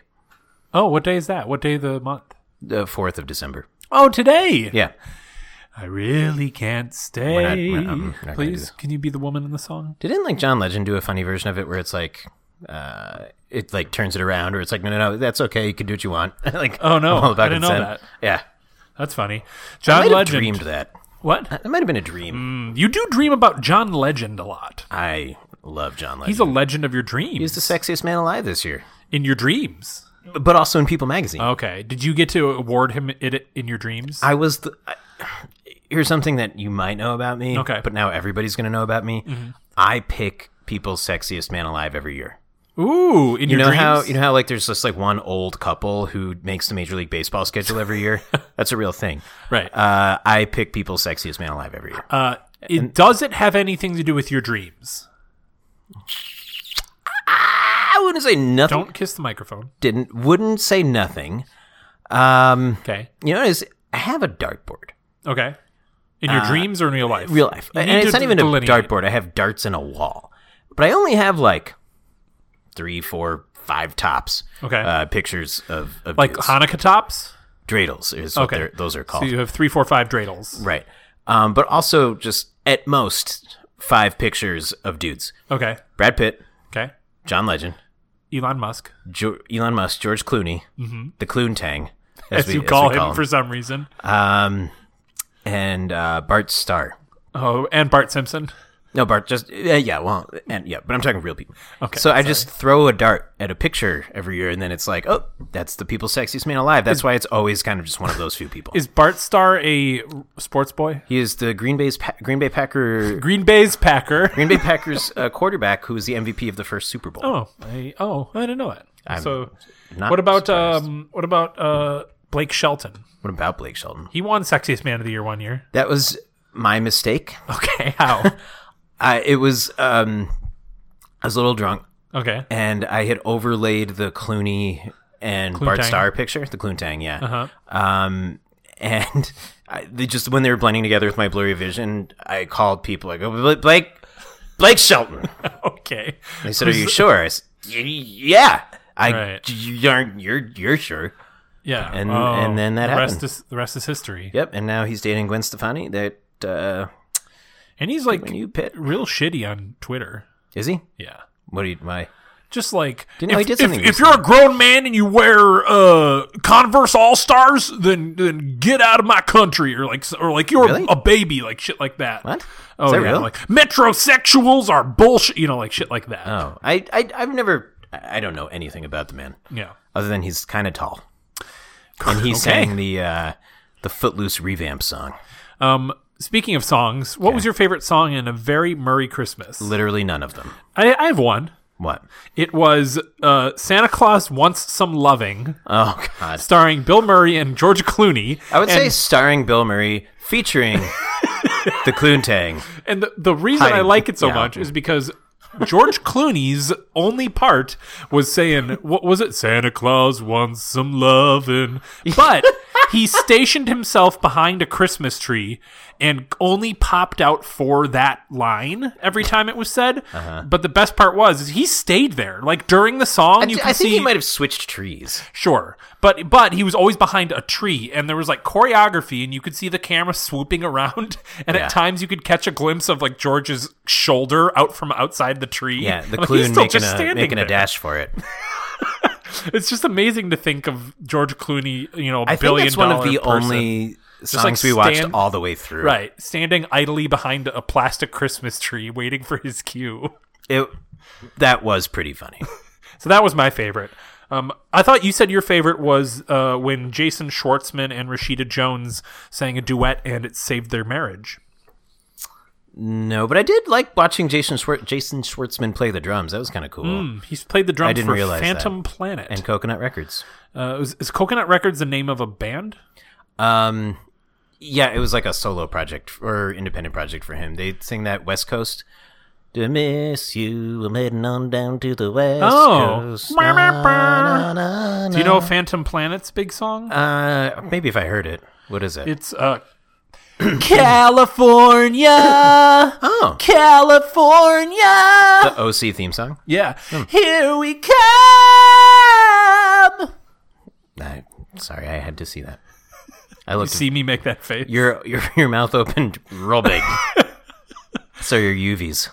Oh, what day is that? What day of the month?
The 4th of December.
Oh, today.
Yeah.
I really can't stay.
not- we're not- I'm not gonna do
Please,
this.
can you be the woman in the song?
Didn't like John Legend do a funny version of it where it's like uh it like turns it around or it's like no no no that's okay you can do what you want. like
Oh, no.
I'm all about
I didn't know
consent. Yeah.
That's funny.
I
John
might have
Legend. Mm.
dreamed that.
What?
That might have been a dream.
You do dream about John Legend a lot.
I love John Legend.
He's a legend of your dreams.
He's the sexiest man alive this year.
in your dreams.
But also in People magazine.
Okay. Did you get to award him it in your dreams?
I was the. I, here's something that you might know about me.
Okay. Mm-hmm.
But now everybody's going to know about me. I pick people's sexiest man alive every year.
Ooh, in
You
your
know
dreams.
how you know how like there's just like one old couple who makes the Major League Baseball schedule every year. That's a real thing.
Right.
Uh, I pick people's sexiest man alive every year.
Uh, it, does it have anything to do with your dreams?
I wouldn't say nothing.
Don't kiss the microphone.
Didn't wouldn't say nothing. Um,
Okay.
you know, is I have a dartboard,
Okay. In your dreams or in real life?
Uh, real life,
You
and
need
it's
to
not even
delineate.
a dartboard. I have darts in a wall, but I only have like three, four, five tops.
Okay.
uh, pictures of, of
Like
dudes.
Hanukkah tops?
dreidels is what
Okay.
they're, those are
So
called.
you have three, four, five dreidels.
Right. Um, but also just at most five pictures of dudes.
Okay.
Brad Pitt,
Okay.
John Legend,
Elon Musk,
jo- Elon Musk, George Clooney, the Cloontang,
Mm-hmm. as,
we-
you call
we
him for some reason.
um, and uh, Bart Starr.
Oh, and Bart Simpson.
No, Bart, just uh, yeah, well, and yeah, but I'm talking real people.
Okay,
so I just throw a dart at a picture every year, and then it's like, oh, that's the people's sexiest man alive. That's why it's always kind of just one of those few people.
Is Bart Starr a sports boy?
he is the Green Bay's pa- Green Bay Packer
Green Bay's Packer.
Green Bay Packers uh, quarterback who was the MVP of the first Super Bowl.
Oh, I, oh, I didn't know that. so,
Not
what about
surprised.
um, what about uh, Blake Shelton?
what about Blake Shelton?
He won Sexiest Man of the Year one year.
That was my mistake.
Okay, how?
Uh, it was um, I was a little drunk
okay,
and I had overlaid the Clooney and Bart
Cloontang.
Starr picture, the Cloontang, yeah. Um, and I, they just when they were blending together with my blurry vision, I called people. I go, "Bla- Blake, Blake Shelton.
okay.
They said, "Are you sure?" I said, "Y- "Yeah." I
Right.
you aren't you're you're sure.
Yeah, oh,
And- and then that
the Rest
happened.
is, the rest is history.
Yep, and now he's dating Gwen Stefani. That uh,
And he's like
when you pit
real shitty on Twitter.
is he?
Yeah.
What do you why?
Just like
Didn't know
if,
he did
if-
something
if you're a grown man and you wear uh, Converse All Stars, then then get out of my country, or like or like you're
Really?
a baby, like shit like that.
What? Is
Oh
that
yeah,
real?
like metrosexuals are bullshit, you know, like shit like that.
Oh, I, I I've never I I don't know anything about the man
yeah.
other than he's kind of tall, and he sang the uh, the Footloose revamp song.
Um, speaking of songs, what was your favorite song in a very Murray Christmas?
Literally none of them.
I, I have one.
What?
It was uh, Santa Claus Wants Some Loving,
Oh God!
starring Bill Murray and George Clooney.
I would say
and,
starring Bill Murray, featuring the Cloontang.
And the, the reason I
Hiding.
like it so
Yeah.
much is because George Clooney's only part was saying, what was it? Santa Claus wants some loving. But he stationed himself behind a Christmas tree and only popped out for that line every time it was said. But the best part was is he stayed there. Like during the song, you can
Uh-huh. I think
see
he might have switched trees.
Sure, but but he was always behind a tree, and there was like choreography, and you could see the camera swooping around, and
Yeah.
at times you could catch a glimpse of like George's shoulder out from outside the tree.
Yeah, the
Like, he's
Clune
still
making
just
a
standing
making a
there.
dash for it.
It's just amazing to think of George Clooney, you know, a
I think
billion
it's one of
dollar
the
person.
only songs
like,
we watched
stand-
all the way through.
right standing idly behind a plastic Christmas tree, waiting for his cue.
It that was pretty funny.
So that was my favorite. Um, I thought you said your favorite was uh, when Jason Schwartzman and Rashida Jones sang a duet, and it saved their marriage.
no, but I did like watching Jason Schwar- Jason Schwartzman play the drums. That was kind of cool.
Hmm. He's played the drums
I didn't
for
realize
Phantom Planet.
And Coconut Records.
uh, is, is Coconut Records the name of a band?
Um, yeah, it was like a solo project or independent project for him. They sing that West Coast. To miss you, I'm heading on down to the West
Oh.
Coast.
Wah, wah, wah.
Na, na,
Do you know Phantom Planet's big song?
na. Uh, maybe if I heard it. What is it?
it's uh,
California. oh.
California.
The OC theme song?
Yeah.
Hmm.
Here we come.
I, sorry, I had to see that. I looked.
See me make that face.
your your your mouth opened real big. so your UVs,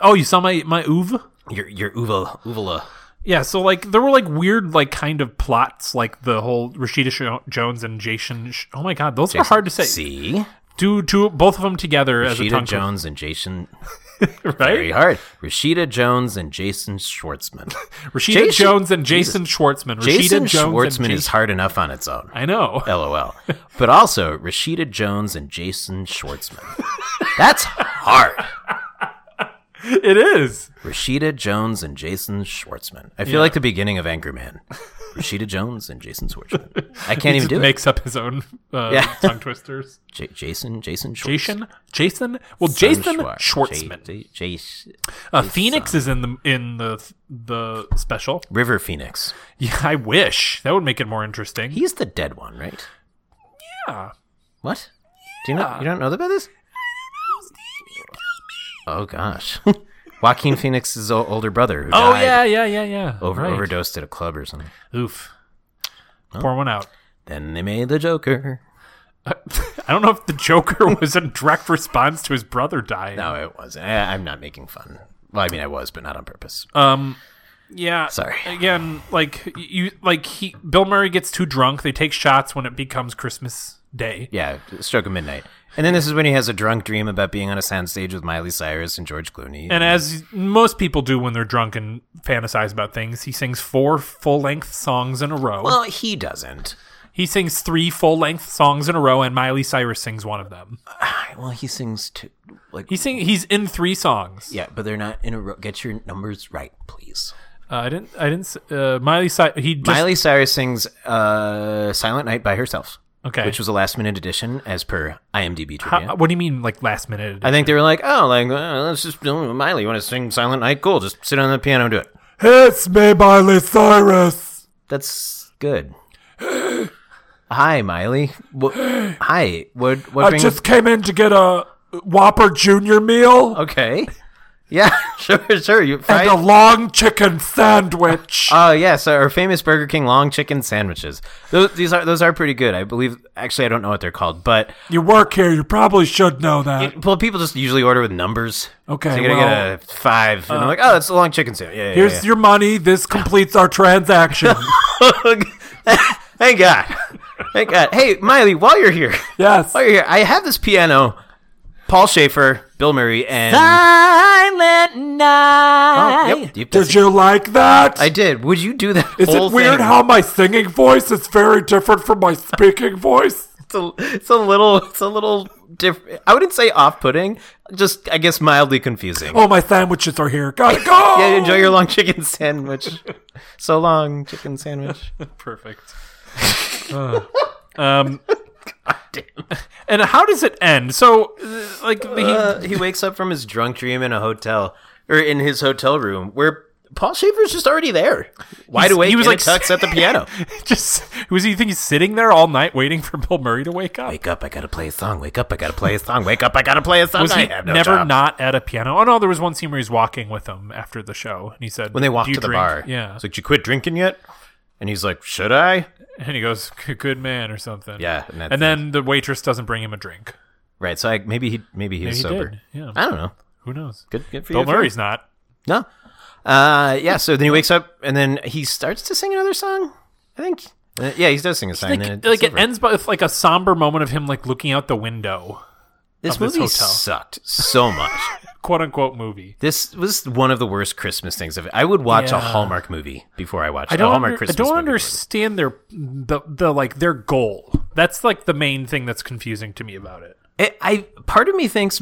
Oh, you saw my my oov?
your your uvala uvala.
Yeah, so like there were like weird like kind of plots like the whole Rashida Sho- Jones and Jason. Sh- oh my god, those were hard to say.
See,
Do two both of them together as a
Rashida
tongue
Jones and Jason.
twi-
Very
right?
hard. Rashida Jones and Jason Schwartzman.
Rashida
Jason-
Jones and Jason Schwartzman. Rashida
Jason
Jones and
Schwartzman
Jason-
is hard enough on its own.
I know.
LOL. But also Rashida Jones and Jason Schwartzman. That's hard.
It is.
Rashida Jones and Jason Schwartzman. I feel like the beginning of Anchorman. Rashida Jones and Jason Schwartzman. I can't even do it.
makes up his own uh,
Yeah.
tongue twisters.
J- Jason, Jason, Schwartz.
Jason, Jason, well, Jason
Schwar-
Schwartzman.
J- J- Jace-
uh, Phoenix is in the in the the special.
River Phoenix.
Yeah, I wish that would make it more interesting.
He's the dead one, right?
yeah.
What? Do you not you don't know about this? Oh gosh. Joaquin Phoenix's o- older brother who
Oh
died
yeah, yeah, yeah, yeah.
over
Right.
overdosed at a club or something.
Oof. Pour one out.
Then they made the Joker.
I don't know if the Joker was a direct response to his brother dying.
No, it wasn't. I, I'm not making fun. Well, I mean, I was, but not on purpose. Oh,
Um, yeah.
Sorry.
Again, like you, like he, Bill Murray gets too drunk. They take shots when it becomes Christmas Day.
Yeah, stroke of midnight. And then this is when he has a drunk dream about being on a soundstage with Miley Cyrus and George Clooney.
And as most people do when they're drunk and fantasize about things, he sings four full length songs in a row.
well, he doesn't.
he sings three full length songs in a row, and Miley Cyrus sings one of them.
Well, he sings to like
He sing he's in three songs.
yeah, but they're not in a row. Get your numbers right, please.
Uh, I didn't. I didn't. s- Uh, Miley Cyrus. He just,
Miley Cyrus sings uh, "Silent Night" by herself,
okay.
which was a last-minute addition as per IMDb trivia.
How, what do you mean, like last minute?
I think they were like, "Oh, like uh, let's just uh, Miley, you want to sing Silent Night? Cool, just sit on the piano and do it."
It's me, Miley Cyrus.
That's good. Hi, Miley. Wha hi. What? What? brings-
came in to get a Whopper Junior meal
okay. Yeah, sure, sure. You fried.
long chicken sandwich.
Oh yes, our famous Burger King long chicken sandwiches. Those these are those are pretty good. I believe. Actually, I don't know what they're called, but
you work here. You probably should know that.
well, people just usually order with numbers.
Okay,
so you're gonna get a five, and I'm like, oh, that's a long chicken sandwich. Yeah, yeah, yeah.
your money. This completes our transaction.
Thank God. Thank God. Hey, Miley, while you're here,
yes.
while you're here, I have this piano. Paul Schaefer, Bill Murray, and Silent Night. yep, yep, that's it.
you like that?
I did. Would you do that? whole thing?
my singing voice is very different from my speaking voice?
it's a, it's a little it's a little different? I wouldn't say off-putting. Just I guess mildly confusing.
Oh, my sandwiches are here. Gotta go.
Yeah, enjoy your long chicken sandwich. so long, chicken sandwich.
Perfect. Ugh. um, and how does it end? So, uh, like, he,
Uh, he wakes up from his drunk dream in a hotel or in his hotel room where Paul Schaefer's just already there, wide
He's-
awake.
he was
in
like-
a tux at the piano.
just was he think he's sitting there all night waiting for Bill Murray to wake up?
wake up! I gotta play a song. Wake up! I gotta play a song. Wake up! I gotta play a song.
was
I
he
have no
never
job.
not at a piano? Oh no, there was one scene where he's walking with him after the show, and he said
when they walk
"Do you
to the
drink?"
bar?
yeah,
It's like, you quit drinking yet? And he's like, should I?
and he goes "G- good man or something.
Yeah, and that's
and then the waitress doesn't bring him a drink.
Right. So I, maybe he maybe he
Maybe
was
he
sober.
did. Yeah,
I don't know.
who knows?
Good. Good for
Bill
you. if you
Murray's not.
No. Uh, yeah. So then he wakes up, and then he starts to sing another song. I think. Uh, yeah, he does sing a song. and
Like,
then
like
it's
it
over.
ends with like a somber moment of him like looking out the window,
This
of this
movie
hotel.
sucked so much.
quote unquote movie.
this was one of the worst Christmas things. Of I would watch
Yeah.
a Hallmark movie before I watched
I don't.
a Hallmark
under- I
Christmas.
don't
movie.
understand their the, the like their goal. That's like the main thing that's confusing to me about it.
It, I part of me thinks.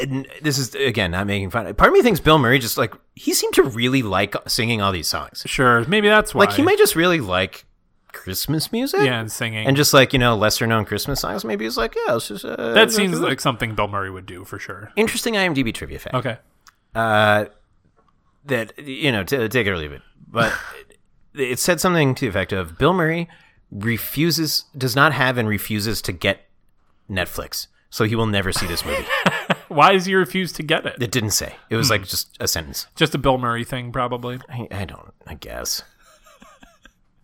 and This is again not making fun. Part of me thinks Bill Murray just like he seemed to really like singing all these songs.
Sure, maybe that's why.
Like he might just really like Christmas music.
yeah, and singing.
And just like you know, lesser known Christmas songs, maybe he's like, yeah, it's just uh,
that seems like something Bill Murray would do for sure.
interesting IMDb trivia fact.
Okay.
Uh, that you know, t- take it or leave it. But it, it said something to the effect of Bill Murray refuses, does not have, and refuses to get Netflix, so he will never see this movie.
Why does he refuse to get it?
it didn't say. It
Hmm.
was like just a sentence.
Just a Bill Murray thing, probably.
I, I don't. I guess.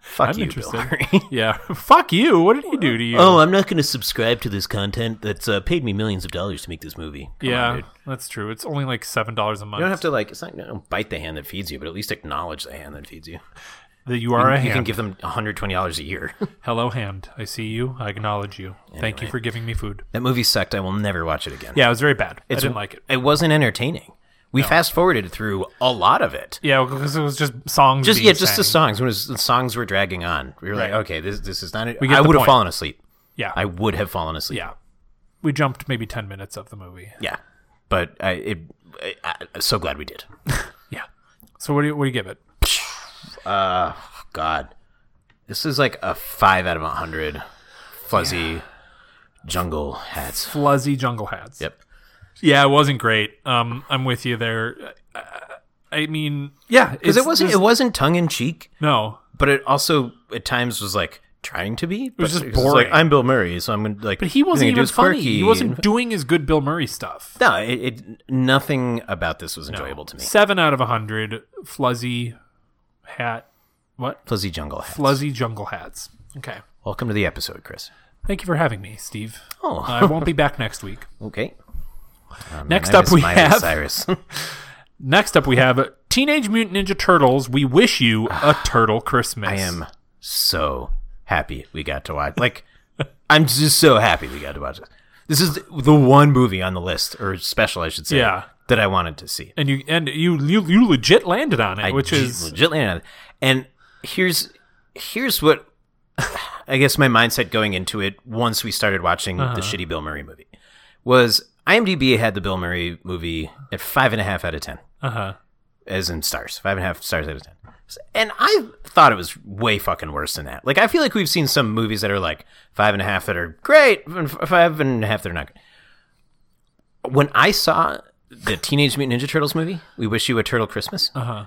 Fuck
I'm
you,
interested.
Bill Murray.
Yeah. Fuck you. What did he do to you?
Oh, I'm not going to subscribe to this content that's uh, paid me millions of dollars to make this movie. Come on,
yeah,
dude.
that's true. It's only like seven dollars a month.
You don't have to like. It's not you know, bite the hand that feeds you, but at least acknowledge the hand that feeds you.
that you are a
You can
hand.
give them 120 dollars a year.
Hello, hand. I see you. I acknowledge you. Thank you for giving me food.
that movie sucked. I will never watch it again.
Yeah, it was very bad. I
It's-
didn't like it.
It wasn't entertaining. We fast forwarded through a lot of it.
Yeah, because it was just songs.
Just
being
yeah, just the
sang.
songs. When it was, the songs were dragging on, we were
Right.
like, okay, this this is not. It.
get
I
the
would have
point.
fallen asleep.
Yeah,
I would have fallen asleep.
yeah. We jumped maybe ten minutes of the movie.
yeah. But I, it, I, I, I'm so glad we did.
Yeah. So what do you what do you give it?
Uh, God, this is like a five out of a hundred fuzzy jungle hats.
Fluzzy jungle hats.
Yep.
Yeah, it wasn't great. Um, I'm with you there. Uh, I mean, yeah,
Because it wasn't it wasn't tongue in cheek,
no.
but it also at times was like trying to be. It
was just boring.
like, I'm Bill Murray, so I'm gonna like.
But he wasn't even funny. He wasn't
And,
doing his good Bill Murray stuff.
no, it, it nothing about this was enjoyable to me.
Seven out of a hundred. Fluzzy hat. What?
Fuzzy jungle hats.
Fluzzy jungle hats. Okay.
Welcome to the episode, Chris.
Thank you for having me, Steve.
Oh.
I won't be back next week.
Okay. Um,
Next
I
up
miss
we
Miley
have-
Cyrus.
Next up, we have Teenage Mutant Ninja Turtles. We wish you a turtle Christmas.
I am so happy we got to watch. Like, I'm just so happy we got to watch this. This is the one movie on the list or special, I should say,
Yeah.
that I wanted to see.
and you and you you, you legit landed on it,
I
which
ge-
is
legit landed on it. And here's here's what I guess my mindset going into it once we started watching
Uh-huh.
the shitty Bill Murray movie was IMDb had the Bill Murray movie at five and a half out of ten.
uh huh.
as in stars, five and a half stars out of ten. And I thought it was way fucking worse than that. Like I feel like we've seen some movies that are like five and a half that are great, and f- five and a half that are not good. When I saw the Teenage Mutant Ninja Turtles movie, We Wish You a Turtle Christmas,
Uh-huh.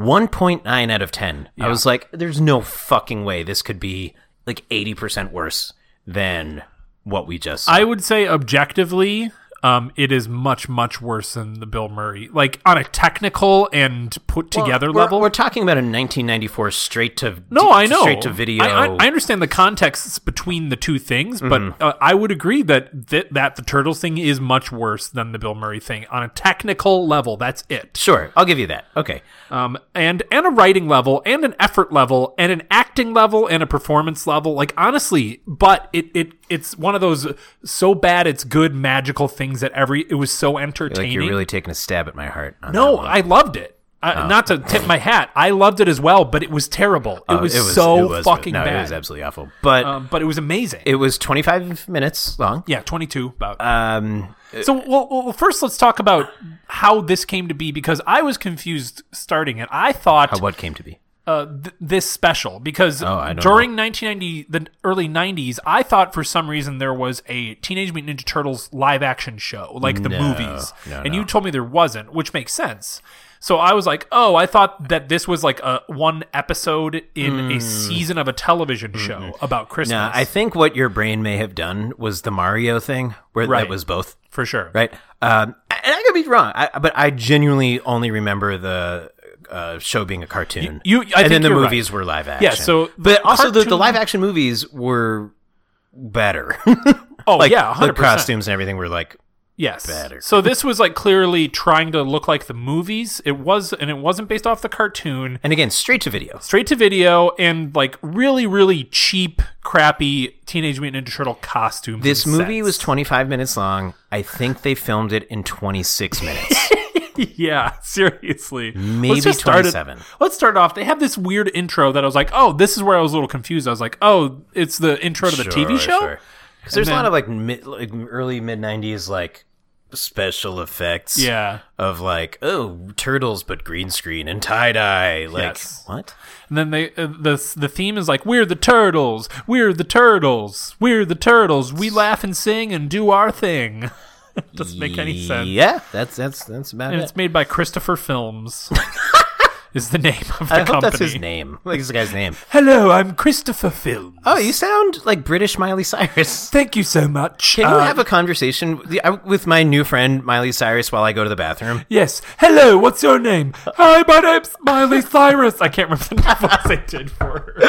1.9 out of 10. I was like, there's no fucking way this could be like 80% worse than what we just saw.
I would say objectively, um, it is much much worse than the Bill Murray, like on a technical and put together
We're-
level.
We're talking about a 1994 straight to
no, I know.
straight to video.
I, I, I understand the contexts between the two things,
Mm-hmm.
but uh, I would agree that th- that the turtles thing is much worse than the Bill Murray thing on a technical level. That's it.
Sure, I'll give you that. Okay.
um, and and a writing level and an effort level and an acting level and a performance level like honestly but it, it it's one of those so bad it's good magical things that every it was so
Like
entertaining
you're really Oh. taking a stab at my heart. on
no
that one.
i loved it I, not to tip my hat i loved it as well but it was terrible it,
Oh,
was, so
it was-
fucking
no,
bad
It was absolutely awful. But
um, but it was amazing
it was 25 minutes long.
yeah 22 about
Um,
So, well, well, first let's talk about how this came to be because I was confused starting it. I thought
uh, what came to be?
uh, th- this special because
Oh, I don't
during 1990 the early 90s i thought for some reason there was a teenage mutant ninja turtles live action show like the
No,
movies
no,
and
no.
you told me there wasn't which makes sense so i was like oh i thought that this was like a one episode in a season of a television show about christmas
No, Mm. I think what your brain may have done was the Mario thing, where
Right.
that was both.
for sure
Right. Um, and I could be wrong, I, but I genuinely only remember the uh, show being a cartoon.
You- you- I
and
think
then the
you're right.
movies were live action.
Yeah, so
but
the
also the, the
cartoon-
live action movies were better.
oh
like
yeah
the
100%
costumes and everything were like
yes
better.
so this was like clearly trying to look like the movies it was and it wasn't based off the cartoon
and again straight to video.
straight to video and like really really cheap crappy teenage mutant ninja turtle costumes
This
and
movie
sets.
was 25 minutes long. I think they filmed it in 26 minutes.
yeah seriously
Maybe
just start it-
27.
let's start off they have this weird intro that i was like oh this is where i was a little confused i was like oh it's the intro to the tv show
Because there's
And
a lot of like, mid, like early mid 90s like special effects.
yeah
Of like, oh, turtles, but green screen and tie dye. Like,
Yes.
what?
and then they uh, the the theme is like we're the turtles we're the turtles we're the turtles we laugh and sing and do our thing doesn't make any sense
Yeah, that's that's that's about
and
it.
it's made by christopher films is the name of the
I
company
hope that's his name. Like, it's the guy's name.
Hello, I'm Christopher Film.
Oh, you sound like British Miley Cyrus.
Thank you so much.
Can you
Uh,
have a conversation with- I- with my new friend Miley Cyrus while I go to the bathroom?
yes. Hello, what's your name? Hi, my name's Miley Cyrus. I can't remember the voice I did for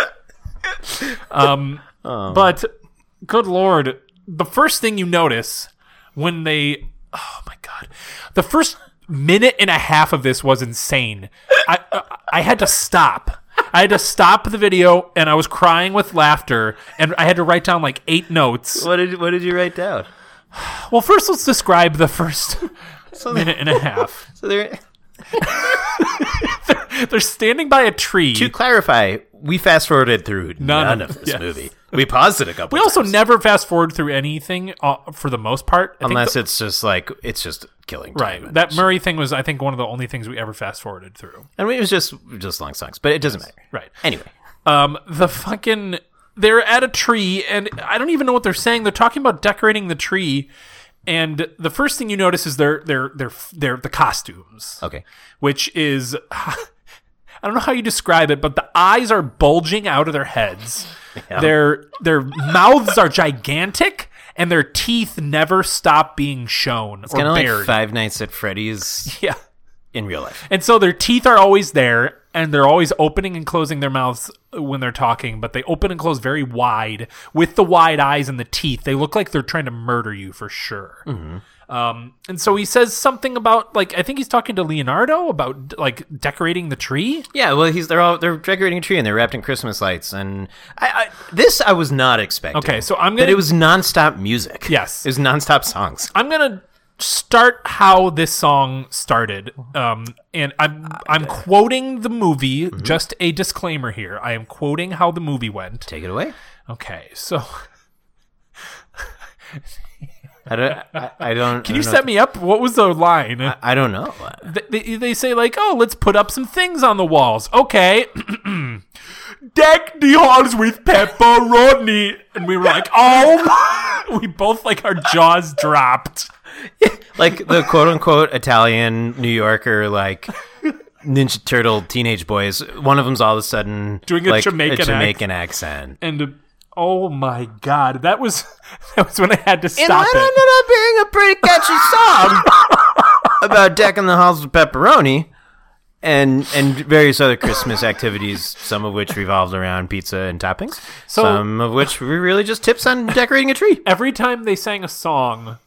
her. Um, But, good lord, the first thing you notice when they. Oh my god. The first minute and a half of this was insane. I, I, I had to stop. I had to stop the video and I was crying with laughter and I had to write down like eight notes.
What did What did you write down?
Well, first let's describe the first minute and a half.
So there.
They're standing by a tree.
To clarify, we fast forwarded through none,
of-
of this
yes.
movie. We paused it a couple.
we also
times,
never fast forward through anything uh, for the most part. I think
unless
the-
it's just like it's just killing time.
right. That Murray thing was, I think, one of the only things we ever fast forwarded through.
I mean, it was just just long songs, but it doesn't matter.
Right.
Anyway,
Um, the fucking they're at a tree, and I don't even know what they're saying. They're talking about decorating the tree, and the first thing you notice is their their their their the costumes,
Okay.
which is I don't know how you describe it, but the eyes are bulging out of their heads. Their their mouths are gigantic. And their teeth never stop being shown
Kind
or
of
bared.
like Five Nights at Freddy's
yeah.
in real life.
And so their teeth are always there and they're always opening and closing their mouths when they're talking, but they open and close very wide with the wide eyes and the teeth. They look like they're trying to murder you for sure. Um, and so he says something about like I think he's talking to Leonardo about like decorating the tree.
Yeah, well, he's they're all they're decorating a tree and they're wrapped in Christmas lights and I, I this I was not expecting.
Okay, so I'm
that
gonna
it was nonstop music.
Yes.
it was nonstop songs.
I'm gonna start how this song started. Um, and I'm I'm quoting the movie.
Mm-hmm.
Just a disclaimer here. I am quoting how the movie went.
Take it away.
Okay, so.
I don't. I, I don't.
Can you set me up? What was the line?
I don't know.
Th- they, they say like, "Oh, let's put up some things on the walls." Okay. Deck the halls with pepperoni, and we were like, "Oh!" my-" we both like our jaws dropped.
Like the quote unquote Italian New Yorker, like Ninja Turtle teenage boys. One of them's all of a sudden
Doing a
like,
Jamaican
a
ac-
Jamaican accent.
And uh, oh my god, that was that was when I had to
And
stop
that
it.
ended up being a pretty catchy song about decking the halls with pepperoni and and various other Christmas activities, some of which revolved around pizza and toppings,
So-
some of which were really just tips on decorating a tree.
Every time they sang a song,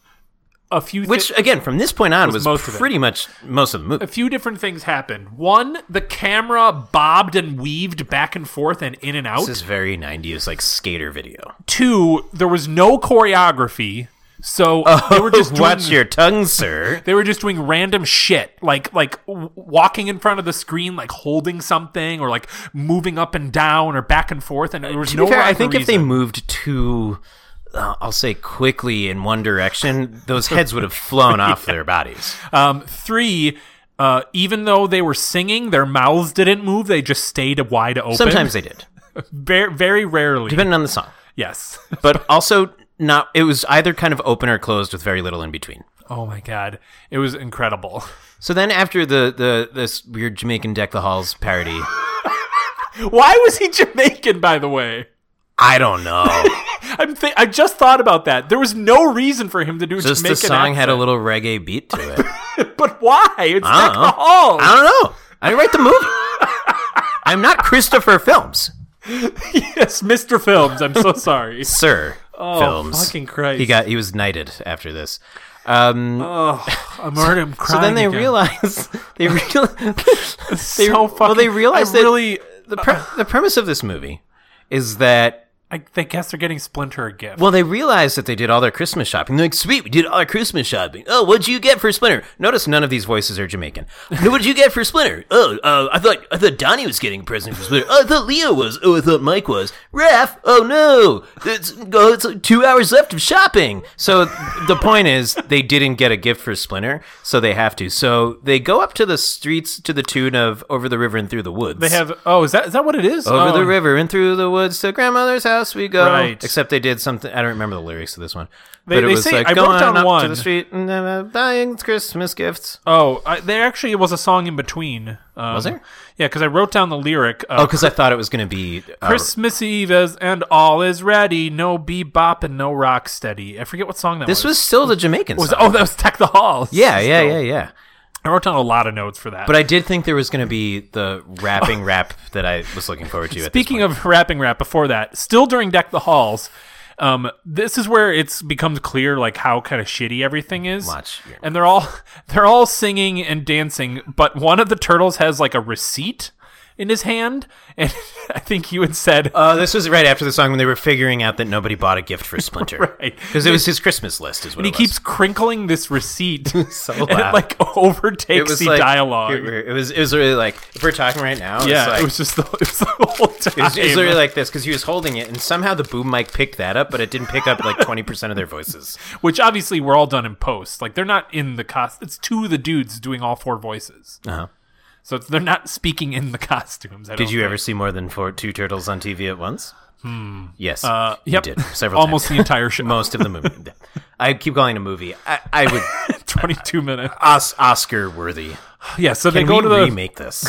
a few thi-
Which, again, from this point on, was,
most of it.
pretty much most of the movie.
a few different things happened. One, the camera bobbed and weaved back and forth and in and out.
This is very 90s, like skater video.
two, there was no choreography, so they were just doing,
Oh, Watch your tongue, sir.
they were just doing random shit, like like w- walking in front of the screen, like holding something, or like moving up and down, or back and forth, and there was
To
no.
be fair, I
rhyme or
think if they
reason.
moved too, uh, I'll say quickly in one direction, those heads would have flown off their bodies.
um, three. Uh, even though they were singing, their mouths didn't move. They just stayed wide open.
Sometimes they did,
very, very rarely.
depending on the song.
yes.
But also not. It was either kind of open or closed with very little in between.
oh my god, it was incredible.
So then after the the this weird Jamaican deck the halls parody,
Why was he Jamaican, by the way?
I don't know.
I'm th- I just thought about that. There was no reason for him to do
Just
Jamaican
the song had a
accent.
little reggae beat to it.
But why? It's
I
Deck
don't
the
know.
Hall.
I don't know. I didn't write the movie. I'm not Christopher Films,
Yes, Mr. Films. I'm so sorry.
sir.
Oh,
Films.
fucking Christ.
He got he was knighted after this. Um,
I'm already I'm
so
crying.
then they
again.
realize they realize
So fucking,
well they realize
I
that
really.
the pre- the premise of this movie is that
I, they guess they're getting Splinter a gift.
well they realize that they did all their Christmas shopping. They're like, sweet, we did all our Christmas shopping. Oh, what'd you get for Splinter? Notice none of these voices are Jamaican. "No, what'd you get for Splinter? Oh, uh, I thought I thought Donnie was getting a present for Splinter. Oh, I thought Leo was. Oh, I thought Mike was. Raph. Oh no, it's, oh, it's like two hours left of shopping. So the point is they didn't get a gift for Splinter, so they have to. So they go up to the streets to the tune of "Over the River and Through the Woods."
they have. Oh, is that is that what it is?
Over
Oh.
the river and through the woods to grandmother's house we go.
Right.
Except they did something. I don't remember the lyrics to this one.
They- they say- I wrote down
up to
one.
the street and then, uh, buying Christmas gifts.
Oh, I, there actually was a song in between. Um,
Was there?
Yeah, because I wrote down the lyric.
Oh,
Uh,
because I thought it was going to be uh,
Christmas Eve is and all is ready. No bebop and no rock steady. I forget what song that
This
was.
was still the Jamaican
Was-
song.
oh, that was Tech the Halls.
yeah, yeah, yeah, yeah.
I wrote down a lot of notes for that.
But I did think there was going to be the rapping rap that I was looking forward to.
Oh. Speaking of rapping rap, before that, still during Deck the Halls, um, this is where it's becomes clear like how kind of shitty everything is.
Watch your-
And they're all they're all singing and dancing, but one of the turtles has like a receipt in his hand, and I think you had said
uh, this was right after the song when they were figuring out that nobody bought a gift for Splinter
Right.
because it was his Christmas list. Is what
he
it was.
keeps crinkling this receipt,
So
and
loud.
it like overtakes the dialogue.
It, it was it was really like if we're talking right now.
yeah,
it's like,
it was just the, it was the whole
It
time.
was, it was literally like this because he was holding it, and somehow the boom mic picked that up, but it didn't pick up like twenty percent of their voices.
which obviously were all done in post. Like they're not in the cost. It's two of the dudes doing all four voices.
Uh-huh.
So it's, they're not speaking in the costumes. I
Did
don't
you
think.
ever see more than four, two turtles on TV at once? Yes.
Uh, yep.
You did. Several
Almost
times.
the entire show.
Most of the movie. I keep calling it a movie. I, I would.
22 minutes.
Os- Oscar worthy.
Yeah, so
Can
they go
we
to the.
remake this?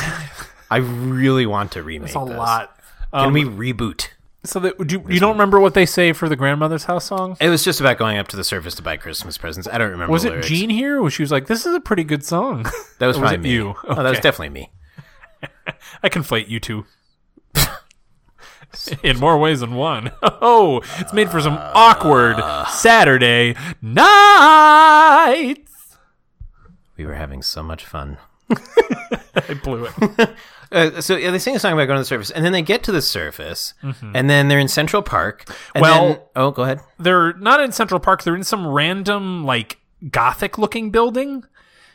I really want to remake
It's a
this.
lot. Um,
Can we reboot?
So that, do, you don't remember what they say for the grandmother's house song?
It was just about going up to the surface to buy Christmas presents. I don't remember.
Was
the
it
lyrics.
Jean here? Or she was like, this is a pretty good song.
That was
Or was
probably
it
me.
you?
Oh, that was
Okay.
definitely me.
I conflate you two. In more ways than one. Oh, it's made for some awkward
Uh.
Saturday night.
We were having so much fun.
I blew it.
Uh, so yeah, they sing a song about going to the surface, and then they get to the surface, and then they're in Central Park. and
Mm-hmm. Well-
then- oh, go ahead.
they're not in Central Park. They're in some random like gothic looking building.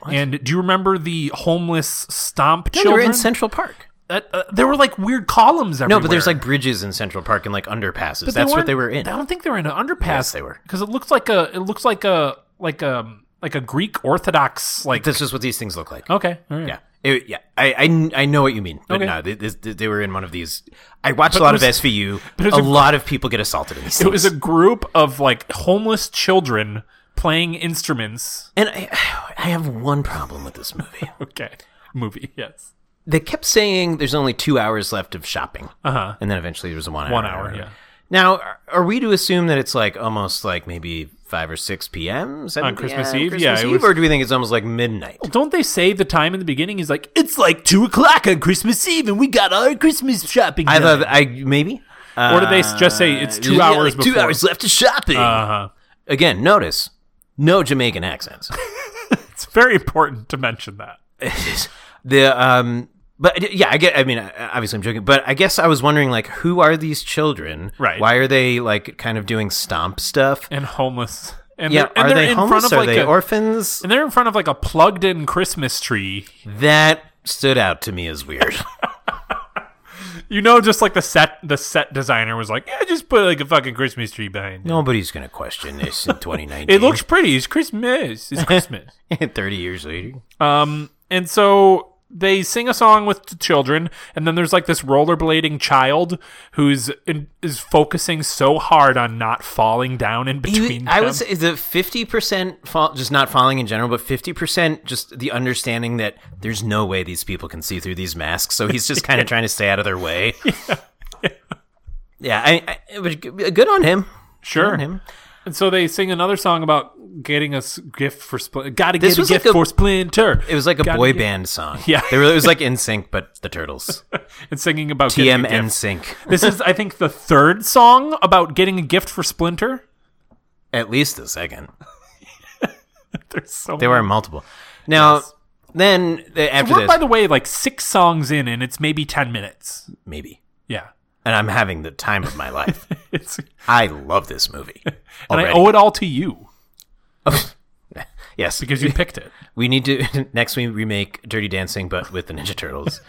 And do you remember the homeless stomp
No,
children?
they're in Central Park.
Uh, uh, there were like weird columns everywhere.
No, but there's like bridges in Central Park and like underpasses.
But
That's what
weren't-
they were in.
I don't think they were in an underpass.
Yes, they were.
because it looks like a it looks like a like a like a Greek Orthodox like.
This is what these things look like.
okay, all right.
Yeah. It- yeah, I, I kn- I know what you mean, but
Oh, Okay.
no, they, this- they were in one of these. I watched a lot
it
of
was-
SVU.
it
a,
was a-
lot of people get assaulted in these.
It was a
things.
group of like homeless children playing instruments.
and I, I have one problem with this movie.
Okay, movie. Yes.
they kept saying there's only two hours left of shopping, uh-huh. and then eventually there was a one hour.
One hour, yeah.
Now, are- are we to assume that it's like almost like maybe five or six p.m. 7
On Christmas
p.m.,
Eve? Yeah,
Christmas
it
Eve,
was- Oh,
or do we think it's almost like midnight?
Don't they say the time in the beginning is like it's like two o'clock on Christmas Eve and we got our Christmas shopping.
I
done."
thought I maybe.
or do they just say it's two
Yeah,
hours?
like
before?
Two hours left of shopping.
Uh-huh.
Again, notice no Jamaican accents.
It's very important to mention that.
the um but yeah i get i mean I- obviously i'm joking but i guess i was wondering like who are these children
Right.
why are they like kind of doing stomp stuff
And homeless. And
yeah
they're, and
are
they're
they
in
homeless
front of
are
like
they
a,
orphans
and they're in front of like a plugged-in Christmas tree.
that stood out to me as weird
You know, just like the set the set designer was like, yeah, just put like a fucking Christmas tree behind. it."
nobody's gonna question this in 2019
It looks pretty. It's Christmas. It's Christmas.
30 years later
Um, and so they sing a song with the children, and then there's like this rollerblading child who's in, is focusing so hard on not falling down in between.
I
them.
would say the fifty percent fall, just not falling in general, but fifty percent just the understanding that there's no way these people can see through these masks. So he's just kind of trying to stay out of their way. Yeah, I, I, it was g- uh, good on him. Good
sure.
on him.
And so they sing another song about getting a s- gift for Splinter. Gotta
This
get a
was
gift
like a-
for Splinter.
It was like a
Gotta
boy
get-
band song.
Yeah.
they were, it was like NSYNC, but the Turtles.
And singing about
TM
getting a gift.
NSYNC.
This is, I think, the third song about getting a gift for Splinter.
At least the second.
There's so
There were multiple. Mm-hmm. Now, then uh, after
We're,
this,
by the way, like six songs in, and it's maybe ten minutes.
maybe.
Yeah,
And I'm having the time of my life.
it's and
I love this movie.
I
already.
owe it all to you
yes,
because you picked it.
We need to next we remake Dirty Dancing, but with the Ninja Turtles.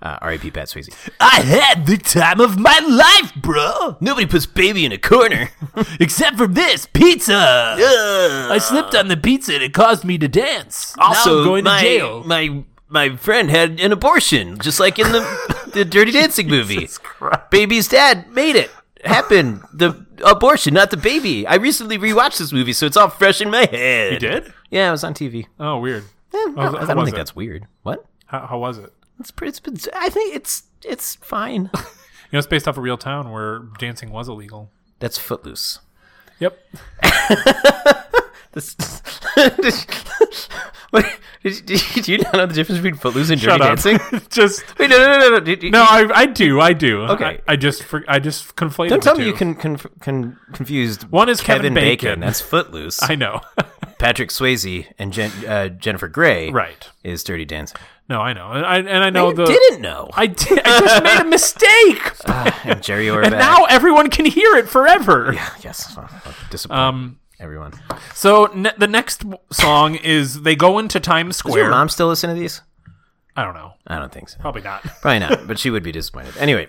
Uh, R.I.P. Pat Swayze. I had the time of my life, bro. Nobody puts baby in a corner.
Except for this pizza.
Ugh.
I slipped on the pizza and it caused me to dance. now
also,
I'm going
my,
to jail.
My my friend had an abortion, just like in the the Dirty Dancing movie. Baby's dad made it happen. The abortion, not the baby. I recently rewatched this movie, so it's all fresh in my head.
You did?
Yeah, it was on TV.
Oh, weird.
Eh, no,
how
I don't
was
think
it?
that's weird. What?
How, how was it?
It's pretty. It's, been- I think it's it's fine.
You know, it's based off a real town where dancing was illegal.
That's Footloose.
Yep.
This. What- did, did you not know the difference between Footloose and Dirty
Shut up.
Dancing?
just
Wait, no, no, no, no. Did,
no. I, I do. I do.
Okay.
I, I just for, I just conflated.
don't tell
the
me
two.
you can con, con, confused.
One is Kevin
Kevin Bacon.
Bacon.
That's Footloose.
I know.
Patrick Swayze and Jen, uh, Jennifer Grey.
Right.
Is Dirty Dancing.
no, I know. And I and I know
you
the.
didn't know.
I did. I just made a mistake.
and Jerry Orbach.
and now everyone can hear it forever.
yes, well, well, disappoint um, everyone. Does
So ne- the next song is they go into Times
your
Square.
mom still listen to these?
I don't know.
I don't think so.
Probably not.
Probably not, but she would be disappointed. Anyway,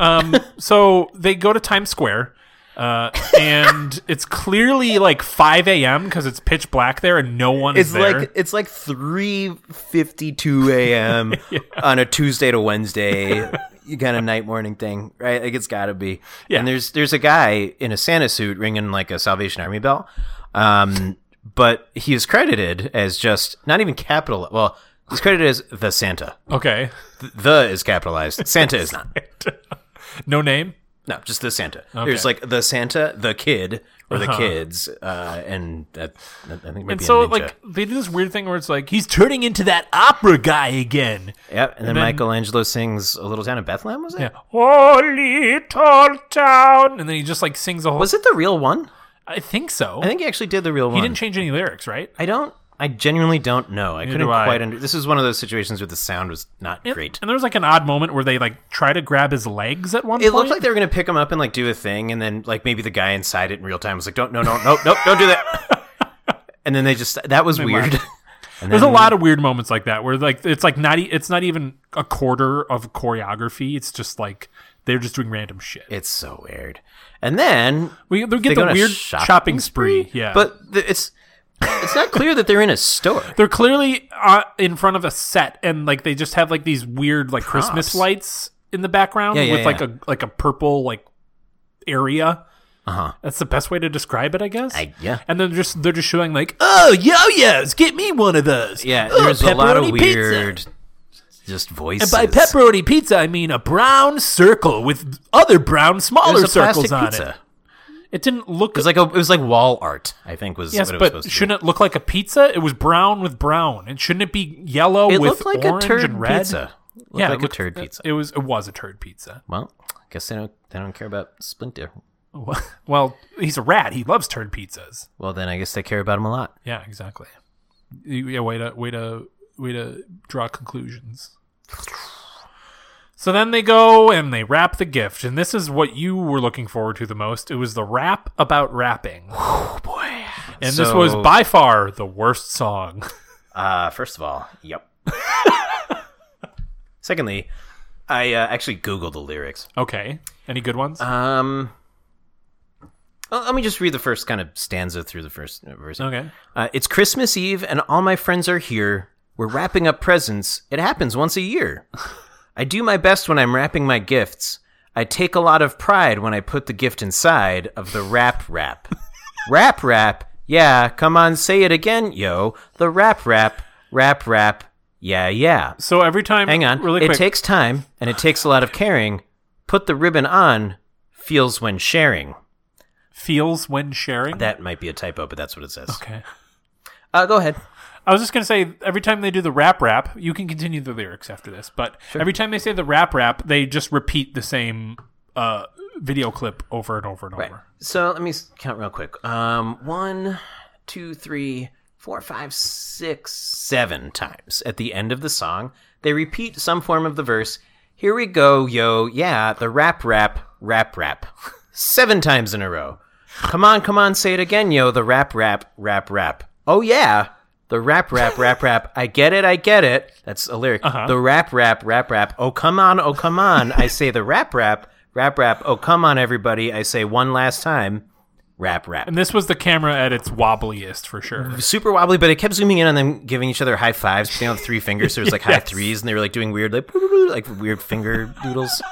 Um, so they go to Times Square Uh, and it's clearly like 5 a.m. because it's pitch black there and no one
It's
is there.
like it's like three fifty two a.m. on a Tuesday to Wednesday, you kind of night morning thing, right? Like it's got to be.
Yeah.
And there's there's a guy in a Santa suit ringing like a Salvation Army bell, um, but he is credited as just not even capital. Well, he's credited as the Santa.
okay.
Th- The is capitalized. Santa is not.
No name?
No, just the Santa. There's like the Santa, the kid, or the kids, uh, and that, that- I think maybe
Uh-huh. And so,
a ninja.
like, they do this weird thing where it's like, he's turning into that opera guy again.
Yep, and then, Michelangelo sings a little town of Bethlehem. Was it?
Yeah. Oh, little town. And then he just, like, sings a whole.
Was it the real one?
I think so.
I think he actually did the real
he
one.
didn't change any lyrics, right?
I don't. I genuinely don't know. I couldn't
do I.
quite under. This is one of those situations where the sound was not great.
And there was, like, an odd moment where they, like, try to grab his legs at one
It
point.
looked like they were gonna pick him up and like do a thing, and then like maybe the guy inside it in real time was like, "Don't, no, no, no, no, don't do that." and then they just that was weird. And
There's a
then-
lot of weird moments like that where like it's like not e- it's not even a quarter of choreography. It's just like they're just doing random shit.
It's so weird. And then
we they
they
get
go on
the
a
weird
shopping
shopping spree. Yeah,
but th- it's it's not clear that they're in a store.
they're clearly uh, in front of a set and like they just have like these weird like Christmas
Props.
lights in the background
Yeah, yeah,
with like
yeah.
a like a purple like area.
Uh huh.
That's the best way to describe it, Uh-huh. I guess.
I- yeah.
And then just they're just showing like, oh yo-yos, get me one of those.
Yeah,
Oh,
there's a lot of
pepperoni pizza."
weird, just voices.
And by pepperoni pizza, I mean a brown circle with other brown, smaller
there's a
circles
plastic
on
pizza.
it. It didn't look.
It was like a, it was like wall art. I think was
yes,
what it was
but
supposed
shouldn't it look like a pizza? It was brown with brown, and shouldn't it be yellow
to. Be. It
with
looked like a
orange
turd
and red?
pizza. Looked
yeah, it
like
looked-
a turd pizza.
It was. It was a turd pizza.
well, I guess they don't they don't care about Splinter.
Well, he's a rat. He loves turd pizzas.
Well, then I guess they care about him a lot.
Yeah, exactly. Yeah, way to way to way to draw conclusions. So then they go and they wrap the gift, and this is what you were looking forward to the most. It was the rap about rapping. Oh boy! And this was
So-
by far the worst song.
Uh, first of all, yep. Secondly, I uh, actually googled the lyrics.
okay, any good ones?
Um, well, let me just read the first kind of stanza through the first verse.
okay.
Uh, it's Christmas Eve, and all my friends are here. We're wrapping up presents. It happens once a year. I do my best when I'm wrapping my gifts. I take a lot of pride when I put the gift inside of the wrap wrap. wrap wrap, yeah, come on, say it again, yo. The wrap wrap, wrap wrap, yeah, yeah.
So every time,
Hang on,
really
it
quick.
takes time, and it takes a lot of caring. Put the ribbon on, feels when sharing.
feels when sharing.
That might be a typo, but that's what it says.
okay.
Uh, go ahead.
I was just gonna say every time they do the rap rap, you can continue the lyrics after this, but every time they say the rap rap, they just repeat the same uh, video clip over and over and
Right.
over.
So let me s- count real quick. Um, one, two, three, four, five, six, seven times at the end of the song, they repeat some form of the verse. Here we go, yo, yeah, the rap, rap, rap, rap, seven times in a row. Come on, come on, say it again, yo, the rap, rap, rap, rap. Oh yeah, the rap, rap, rap, rap. I get it, I get it. That's a lyric.
Uh-huh.
The rap, rap, rap, rap. Oh come on, oh come on. I say the rap, rap, rap, rap. Oh come on, everybody. I say one last time, rap, rap.
And this was the camera at its wobbliest for sure.
Super wobbly, but it kept zooming in on them giving each other high fives. They had three fingers, so it was like high threes, and they were like doing weird, like, like weird finger doodles.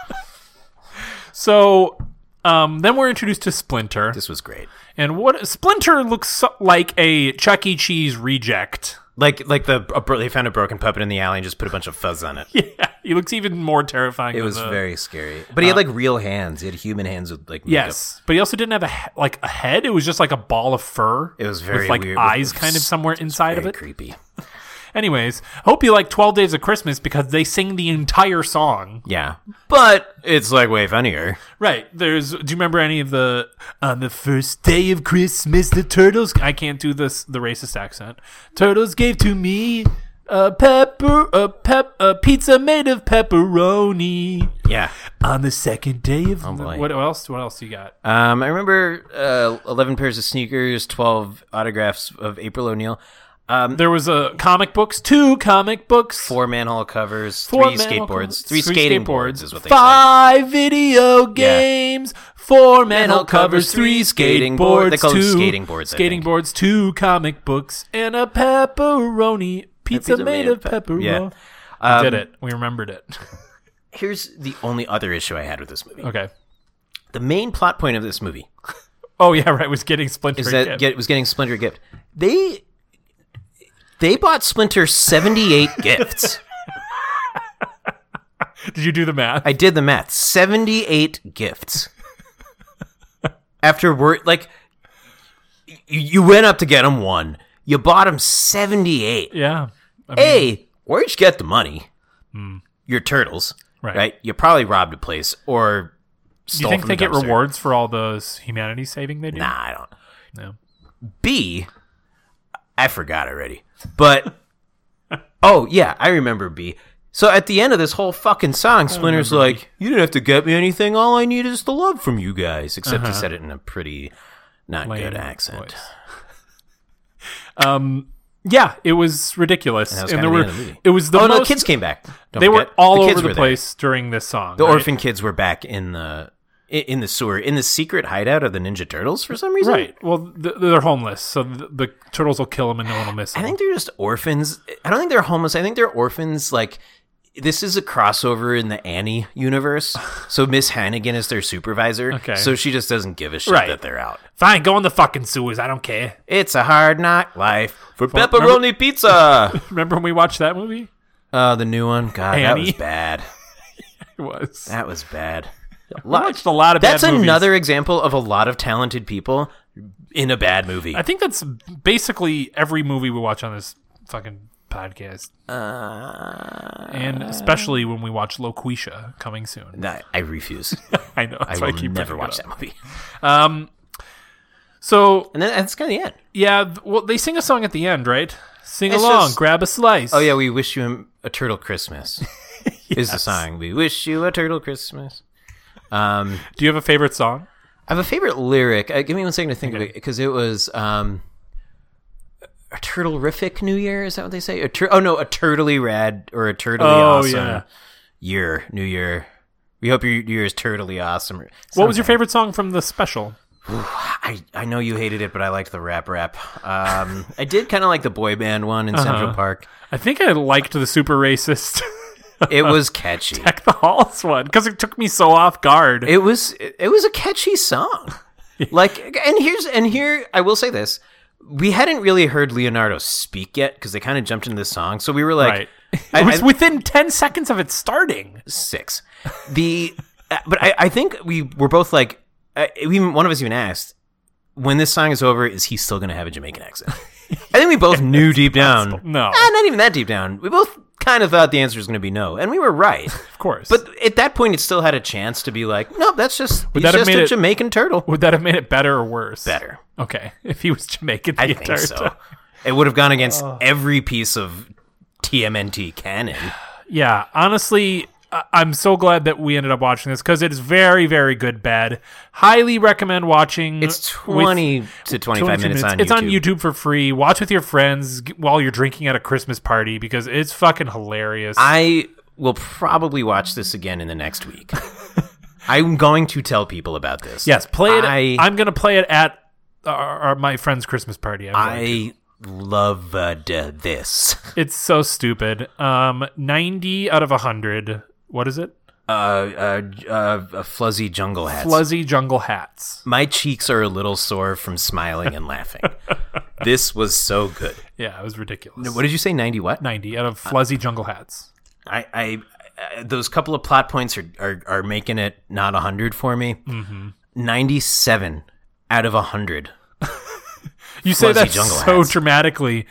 So um, then we're introduced to Splinter,
This was great.
and what Splinter looks so- like a Chuck E. Cheese reject.
Like, like the a, bro- they found a broken puppet in the alley and just put a bunch of fuzz on it.
Yeah, he looks even more terrifying.
It
than
was
the-
very scary. But he had like real hands. He had human hands with like makeup.
Uh, yes, but he also didn't have a he- like a head. It was just like a ball of fur.
It was very
with, like
weird.
eyes
It was
kind of somewhere inside of
very
it.
creepy.
Anyways, hope you like 12 Days of Christmas because they sing the entire song.
Yeah, but it's like way funnier.
Right. There's do you remember any of the on the first day of Christmas the turtles I can't do this the racist accent. Turtles gave to me a pepper a pep a pizza made of pepperoni
Yeah.
on the second day of
Oh, boy.
what else what else you got?
Um, I remember uh, eleven pairs of sneakers, twelve autographs of April O'Neil.
there was a comic books, two comic books,
Four manhole covers,
four
three
manhole
skateboards,
covers,
three, skating boards is what they say.
five video games, four manhole
Manhole covers,
covers, three
three
skating
skating
boards,
board- they call
two
them skating boards, I
skating
think.
boards, two comic books, and a pepperoni pizza,
pizza
made
made
of
of pep-
pepperoni.
yeah. Um,
We did it. We remembered it.
Here's the only other issue I had with this movie.
okay.
The main plot point of this movie
Oh yeah, right. Was getting Splinter.
is that
Kid.
get, was getting Splinter a gift. They they bought Splinter 78 gifts.
Did you do the math?
I did the math. 78 gifts. After work, like y- you went up to get him one. You bought him 78.
yeah. I mean, Hmm.
Hey, where'd you get the money? Your turtles,
Right.
right. You probably robbed a place or
do you
stole
think
from
they
the
get
dumpster.
rewards for all those humanity saving they do?
Nah, I don't.
No.
B, I forgot already. But oh yeah, I remember B. So at the end of this whole fucking song, Splinter's like, "You didn't have to get me anything. All I need is the love from you guys." Except he said it in a pretty not
Uh-huh. Lame
good accent.
voice. Um. Yeah, it was ridiculous,
that was
and
kinda
there were
the end of the movie.
it was the most,
oh no, the kids came back. Don't
they were
forget.
all
kids
over the
were there.
place during this song.
The
right?
orphan kids were back in the i- in the sewer in the secret hideout of the Ninja Turtles for some reason.
Right. Well, th- they're homeless, so the, the turtles will kill them and no one will miss them.
I think they're just orphans. I don't think they're homeless. I think they're orphans. Like this is a crossover in the Annie universe. So Miss Hannigan is their supervisor.
Okay.
So she just doesn't give a shit
Right.
that they're out.
Fine, go in the fucking sewers. I don't care.
It's a hard knock life for
remember-
pepperoni pizza.
Remember when we watched that movie?
uh, the new one. God, that
Annie.
was bad.
It was.
That was bad.
watched a lot of bad
That's
movies.
another example of a lot of talented people in a bad movie.
I think that's basically every movie we watch on this fucking podcast,
Uh,
and especially when we watch Loquisha coming soon.
I, I refuse.
I know. That's
I
why
will
I keep bringing
never
it
watch
up.
that movie.
Um. So
And then that's kind of the end.
yeah, th- well, they sing a song at the end, right? Sing
It's
along,
just-
grab a slice.
Oh yeah, we wish you a turtle Christmas. Is the song we wish you a turtle Christmas? Um,
Do you have a favorite song?
I have a favorite lyric. Uh, give me one second to think of it because it was um, a turtlerific New Year. Is that what they say? A tur- oh no, a turtly rad or a turtly
Oh,
awesome
yeah.
year, New Year. We hope your year is turtly awesome.
What was your favorite song from the special?
I, I know you hated it, but I liked the rap rap. Um, I did kind of like the boy band one in
Uh-huh.
Central Park.
I think I liked the super racist
It was catchy.
Heck the Halls one because it took me so off guard.
it was it was a catchy song like and here's and here i will say this we hadn't really heard leonardo speak yet because they kind of jumped into this song so we were like
right.
I-
it was
I-
within 10 seconds of it starting.
six the uh, but I, I think we were both like uh, we, one of us even asked when this song is over is he still going to have a jamaican accent i think we both knew deep down
No.
Ah, not even that deep down we both kind of thought the answer was going to be no and we were right
Of course.
but at that point it still had a chance to be like no that's just
Would
he's
that have
just
made
a
it-
jamaican turtle
would that have made it better or worse?
better
Okay. If he was Jamaican the
I
entire
think so.
time.
It would have gone against
Oh.
every piece of TMNT canon.
Yeah. Honestly, I- I'm so glad that we ended up watching this because it is very, very good bad. Highly recommend watching.
It's
with-
20 to 25
22
minutes, on
it's
YouTube.
on YouTube for free. Watch with your friends g- while you're drinking at a Christmas party because it's fucking hilarious.
I will probably watch this again in the next week. I'm going to tell people about this.
Yes, play it.
I-
I'm going to play it at our, our- my friend's Christmas party. I'm going to.
I loved this.
It's so stupid. Um, 90 out of 100. What is it?
Uh, uh, uh, uh, fuzzy jungle hats.
Fluzzy jungle hats.
My cheeks are a little sore from smiling and laughing. this was so good.
Yeah, it was ridiculous.
What did you say? 90 what?
90 out of fluzzy jungle hats.
I, I, I those couple of plot points are are, are making it not hundred for me.
Mm-hmm.
Ninety-seven out of hundred.
You say
Fluzzy
that
jungle
so
hats.
dramatically,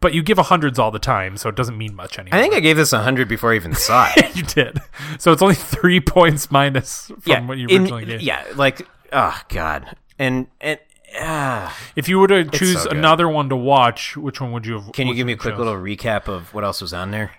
but you give hundreds all the time, so it doesn't mean much anymore.
I think I gave this hundred before I even saw it.
you did. So it's only three points minus from what you
in-
originally did.
yeah, like oh god, and and ah.
If you were to choose
so good.
another one to watch, which one would you have?
can you
which
give me a
would
quick
choose?
little recap of what else was on there?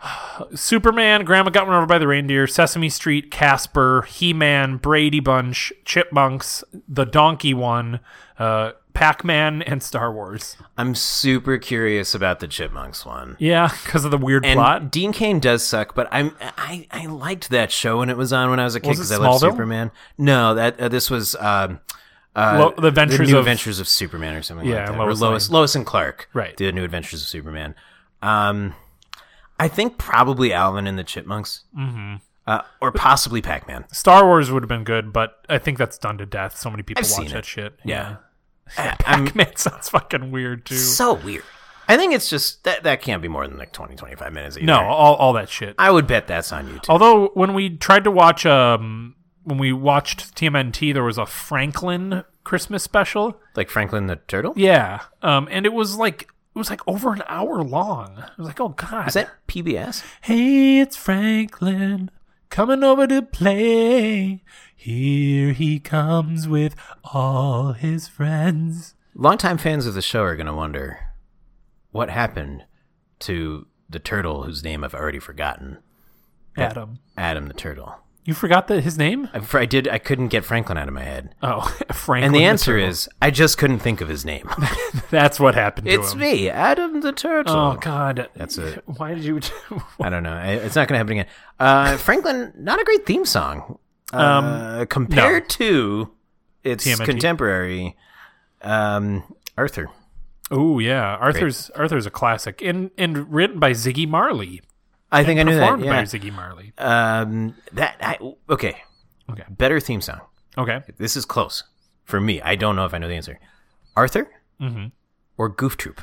Superman, Grandma Got Run Over by the Reindeer, Sesame Street, Casper, He Man, Brady Bunch, Chipmunks, The Donkey One, uh, Pac Man, and Star Wars.
I'm super curious about the Chipmunks one.
Yeah, because of the weird
And
plot.
Dean Kane does suck, but I'm I, I liked that show when it was on when I was a kid
Was it
because I loved
Smallville?
Superman. No, that uh, this was um, uh,
Lo- The Adventures
New
of-
Adventures of Superman or something
Yeah,
like that,
Lois
or Lois Lois and Clark,
Right.
The New Adventures of Superman. Um, I think probably Alvin and the Chipmunks, mm-hmm. uh, or possibly Pac Man.
Star Wars would have been good, but I think that's done to death. So many people
I've
watch
seen
that
it.
shit.
Yeah, I'm
Pac Man sounds fucking weird too.
so weird. I think it's just that that can't be more than like 20, 25 minutes. Either.
no, all, all that shit.
I would bet that's on YouTube.
Although when we tried to watch um when we watched TMNT, there was a Franklin Christmas special.
Like Franklin the Turtle.
Yeah, um, and it was like it was like over an hour long. I was like, oh god,
Is that PBS?
Hey, it's Franklin coming over to play. Here he comes with all his friends.
Longtime fans of the show are going to wonder what happened to the turtle whose name I've already forgotten,
Adam,
Adam the turtle.
you forgot that his name?
I, I did. I couldn't get Franklin out of my head,
Oh, Franklin.
and the answer
turtle.
is I just couldn't think of his name.
that's what happened to
it's
him.
me, Adam the turtle.
Oh God,
That's it.
Why did you?
I don't know. I, it's not going to happen again. Uh, Franklin, not a great theme song. Uh,
Um,
compared to its
TMNT.
contemporary, um, Arthur.
oh yeah, Arthur's Arthur's a classic, and and written by Ziggy Marley,
I think I knew that.
performed by
Yeah.
Ziggy Marley.
Um, that I, okay.
Okay.
Better theme song.
Okay,
This is close for me. I don't know if I know the answer. Arthur
Mm-hmm.
or Goof Troop?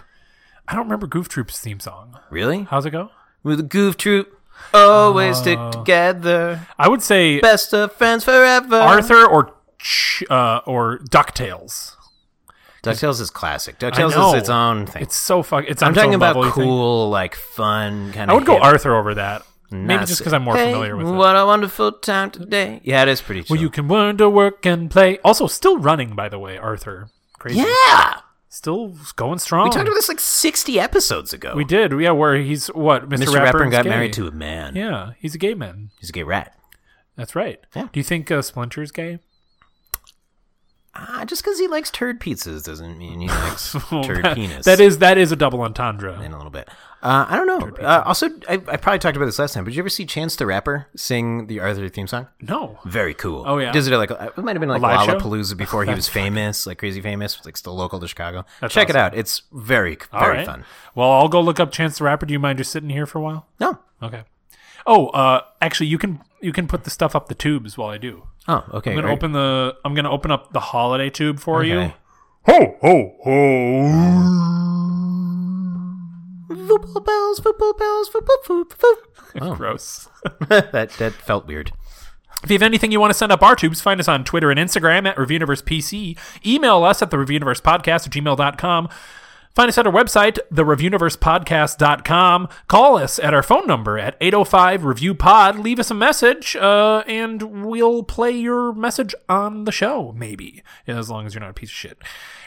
I don't remember Goof Troop's theme song.
Really?
How's it go?
With the Goof Troop, always stick
Uh.
together.
I would say
Best of friends forever.
Arthur or Ch- uh, or Ducktales.
Ducktales is classic. Ducktales
know.
is its own thing.
It's so fuck. It's on
I'm
its
talking
own
about
level, you think?
cool, like fun kind
I
of.
would go Arthur over that. Maybe just because I'm more
hey,
familiar with it.
What a wonderful time today. Yeah, it is pretty. Chill.
Well, you can learn to work and play. Also, still running, by the way, Arthur. Crazy.
yeah.
Still going strong.
We talked about this like 60 episodes ago.
Oh. We did. Yeah, where he's what? Mr.
Mr.
Rapper,
Rapper
is
got
gay.
married to a man.
Yeah, he's a gay man.
He's a gay rat.
That's right.
Yeah.
Do you think uh, Splinter is gay?
Ah, just because he likes turd pizzas doesn't mean he likes turd
that,
penis.
That is that is a double entendre.
in a little bit. Uh, I don't know. Uh, also, I, I probably talked about this last time, but did you ever see Chance the Rapper sing the Arthur theme song?
No.
Very cool.
Oh, yeah.
does it at, like it might have been like
live show?
Lollapalooza before he was famous, like crazy famous, like still local to Chicago.
That's
Check it
awesome.
out. It's very
All
very
right.
fun.
Well, I'll go look up Chance the Rapper. Do you mind just sitting here for a while?
No.
Okay. Oh, uh, actually, you can you can put the stuff up the tubes while I do.
Oh, okay.
I'm gonna
great.
open the I'm gonna open up the holiday tube for you.
Okay.
Ho ho ho!
Football bells, football bells, football, foot, foot.
Gross.
that that felt weird.
If you have anything you want to send up our tubes, find us on Twitter and Instagram at ReviewUniversePC. Email us at the Podcast at gmail.com. Find us at our website, thereviewuniversepodcast.com. Call us at our phone number at 805 Review Pod. Leave us a message, uh, and we'll play your message on the show, maybe, as long as you're not a piece of shit.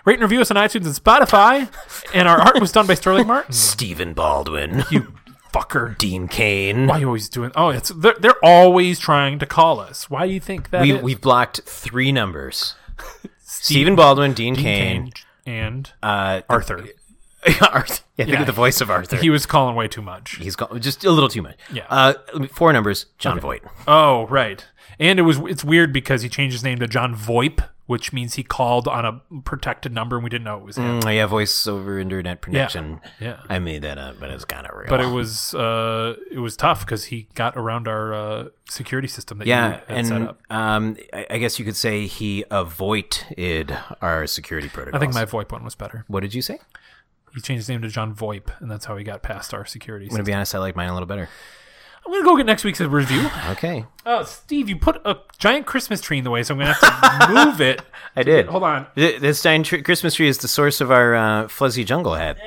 Rate and review us on iTunes and Spotify. And our art was done by Sterling Martin.
Stephen Baldwin,
You fucker.
Dean Kane.
Why are you always doing? Oh, it's they're, they're always trying to call us. Why do you think that
we
is?
we've blocked three numbers: Stephen Baldwin, Dean,
Kane
Kane,
and
uh,
Arthur.
Arthur. Yeah, think
Yeah.
of the voice of Arthur.
He was calling way too much.
He's got just a little too much.
Yeah.
Uh, four numbers. John Voight.
Oh, right. And it was it's weird because he changed his name to John Voip, which means he called on a protected number and we didn't know it was him.
Mm, yeah, voice over internet production.
Yeah.
I made that up, but it's kind of real.
But it was uh it was tough because he got around our uh, security system that you
yeah,
had set
and
up.
um, I I guess you could say he avoided our security
I
protocols.
think my VoIP one was better.
What did you say? I'm
He changed his name to John Voip, and that's how he got past our security.
gonna
System.
be honest. I like mine a little better.
I'm gonna go get next week's review.
Okay,
Oh, Steve, you put a giant Christmas tree in the way, so I'm gonna have to move it.
I did.
Hold on.
Th- This giant tree, Christmas tree is the source of our uh, fuzzy jungle hat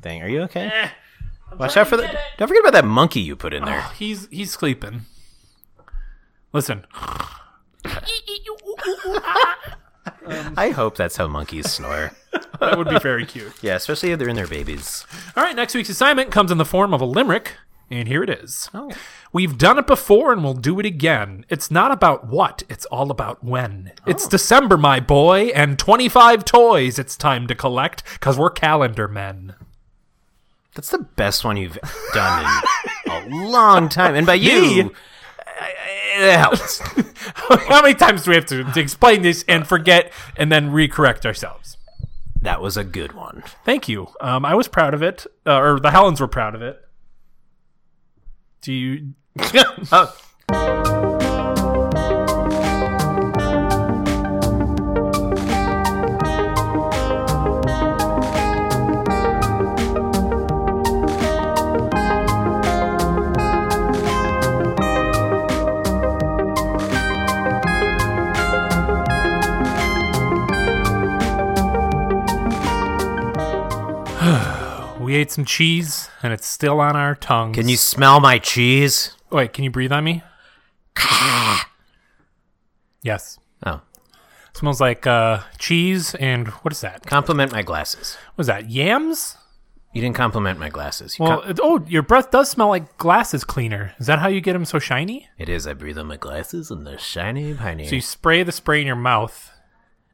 thing. Are you okay? Watch out for that. Don't forget about that monkey you put in there.
He's he's sleeping. Listen,
I hope that's how monkeys snore.
that would be very cute.
yeah, especially if they're in their babies.
All right, next week's assignment comes in the form of a limerick, and here it is.
Okay.
We've done it before and we'll do it again. It's not about what, it's all about when. It's December, my boy, and 25 toys it's time to collect because we're calendar men.
That's the best one you've done in a long time. And by you, I- I- it helps.
How many times do we have to, to explain this and forget and then recorrect ourselves?
That was a good one.
Thank you. Um, I was proud of it, uh, or the Hellens were proud of it. Do you?
Oh,
We ate some cheese, and it's still on our tongues.
can you smell my cheese?
Wait, can you breathe on me? yes.
Oh,
smells like uh, cheese and what is that?
compliment my glasses.
What is that? Yams?
You didn't compliment my glasses. You
Well,
com-
it- oh, your breath does smell like glasses cleaner. Is that how you get them so shiny?
it is. I breathe on my glasses and they're shiny, piney.
So you spray the spray in your mouth.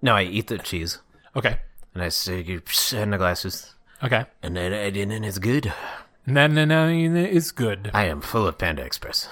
no, I eat the cheese
Okay.
and I say you in the glasses,
Okay.
and then and then it's good.
And then, and then it's good.
I am full of Panda Express.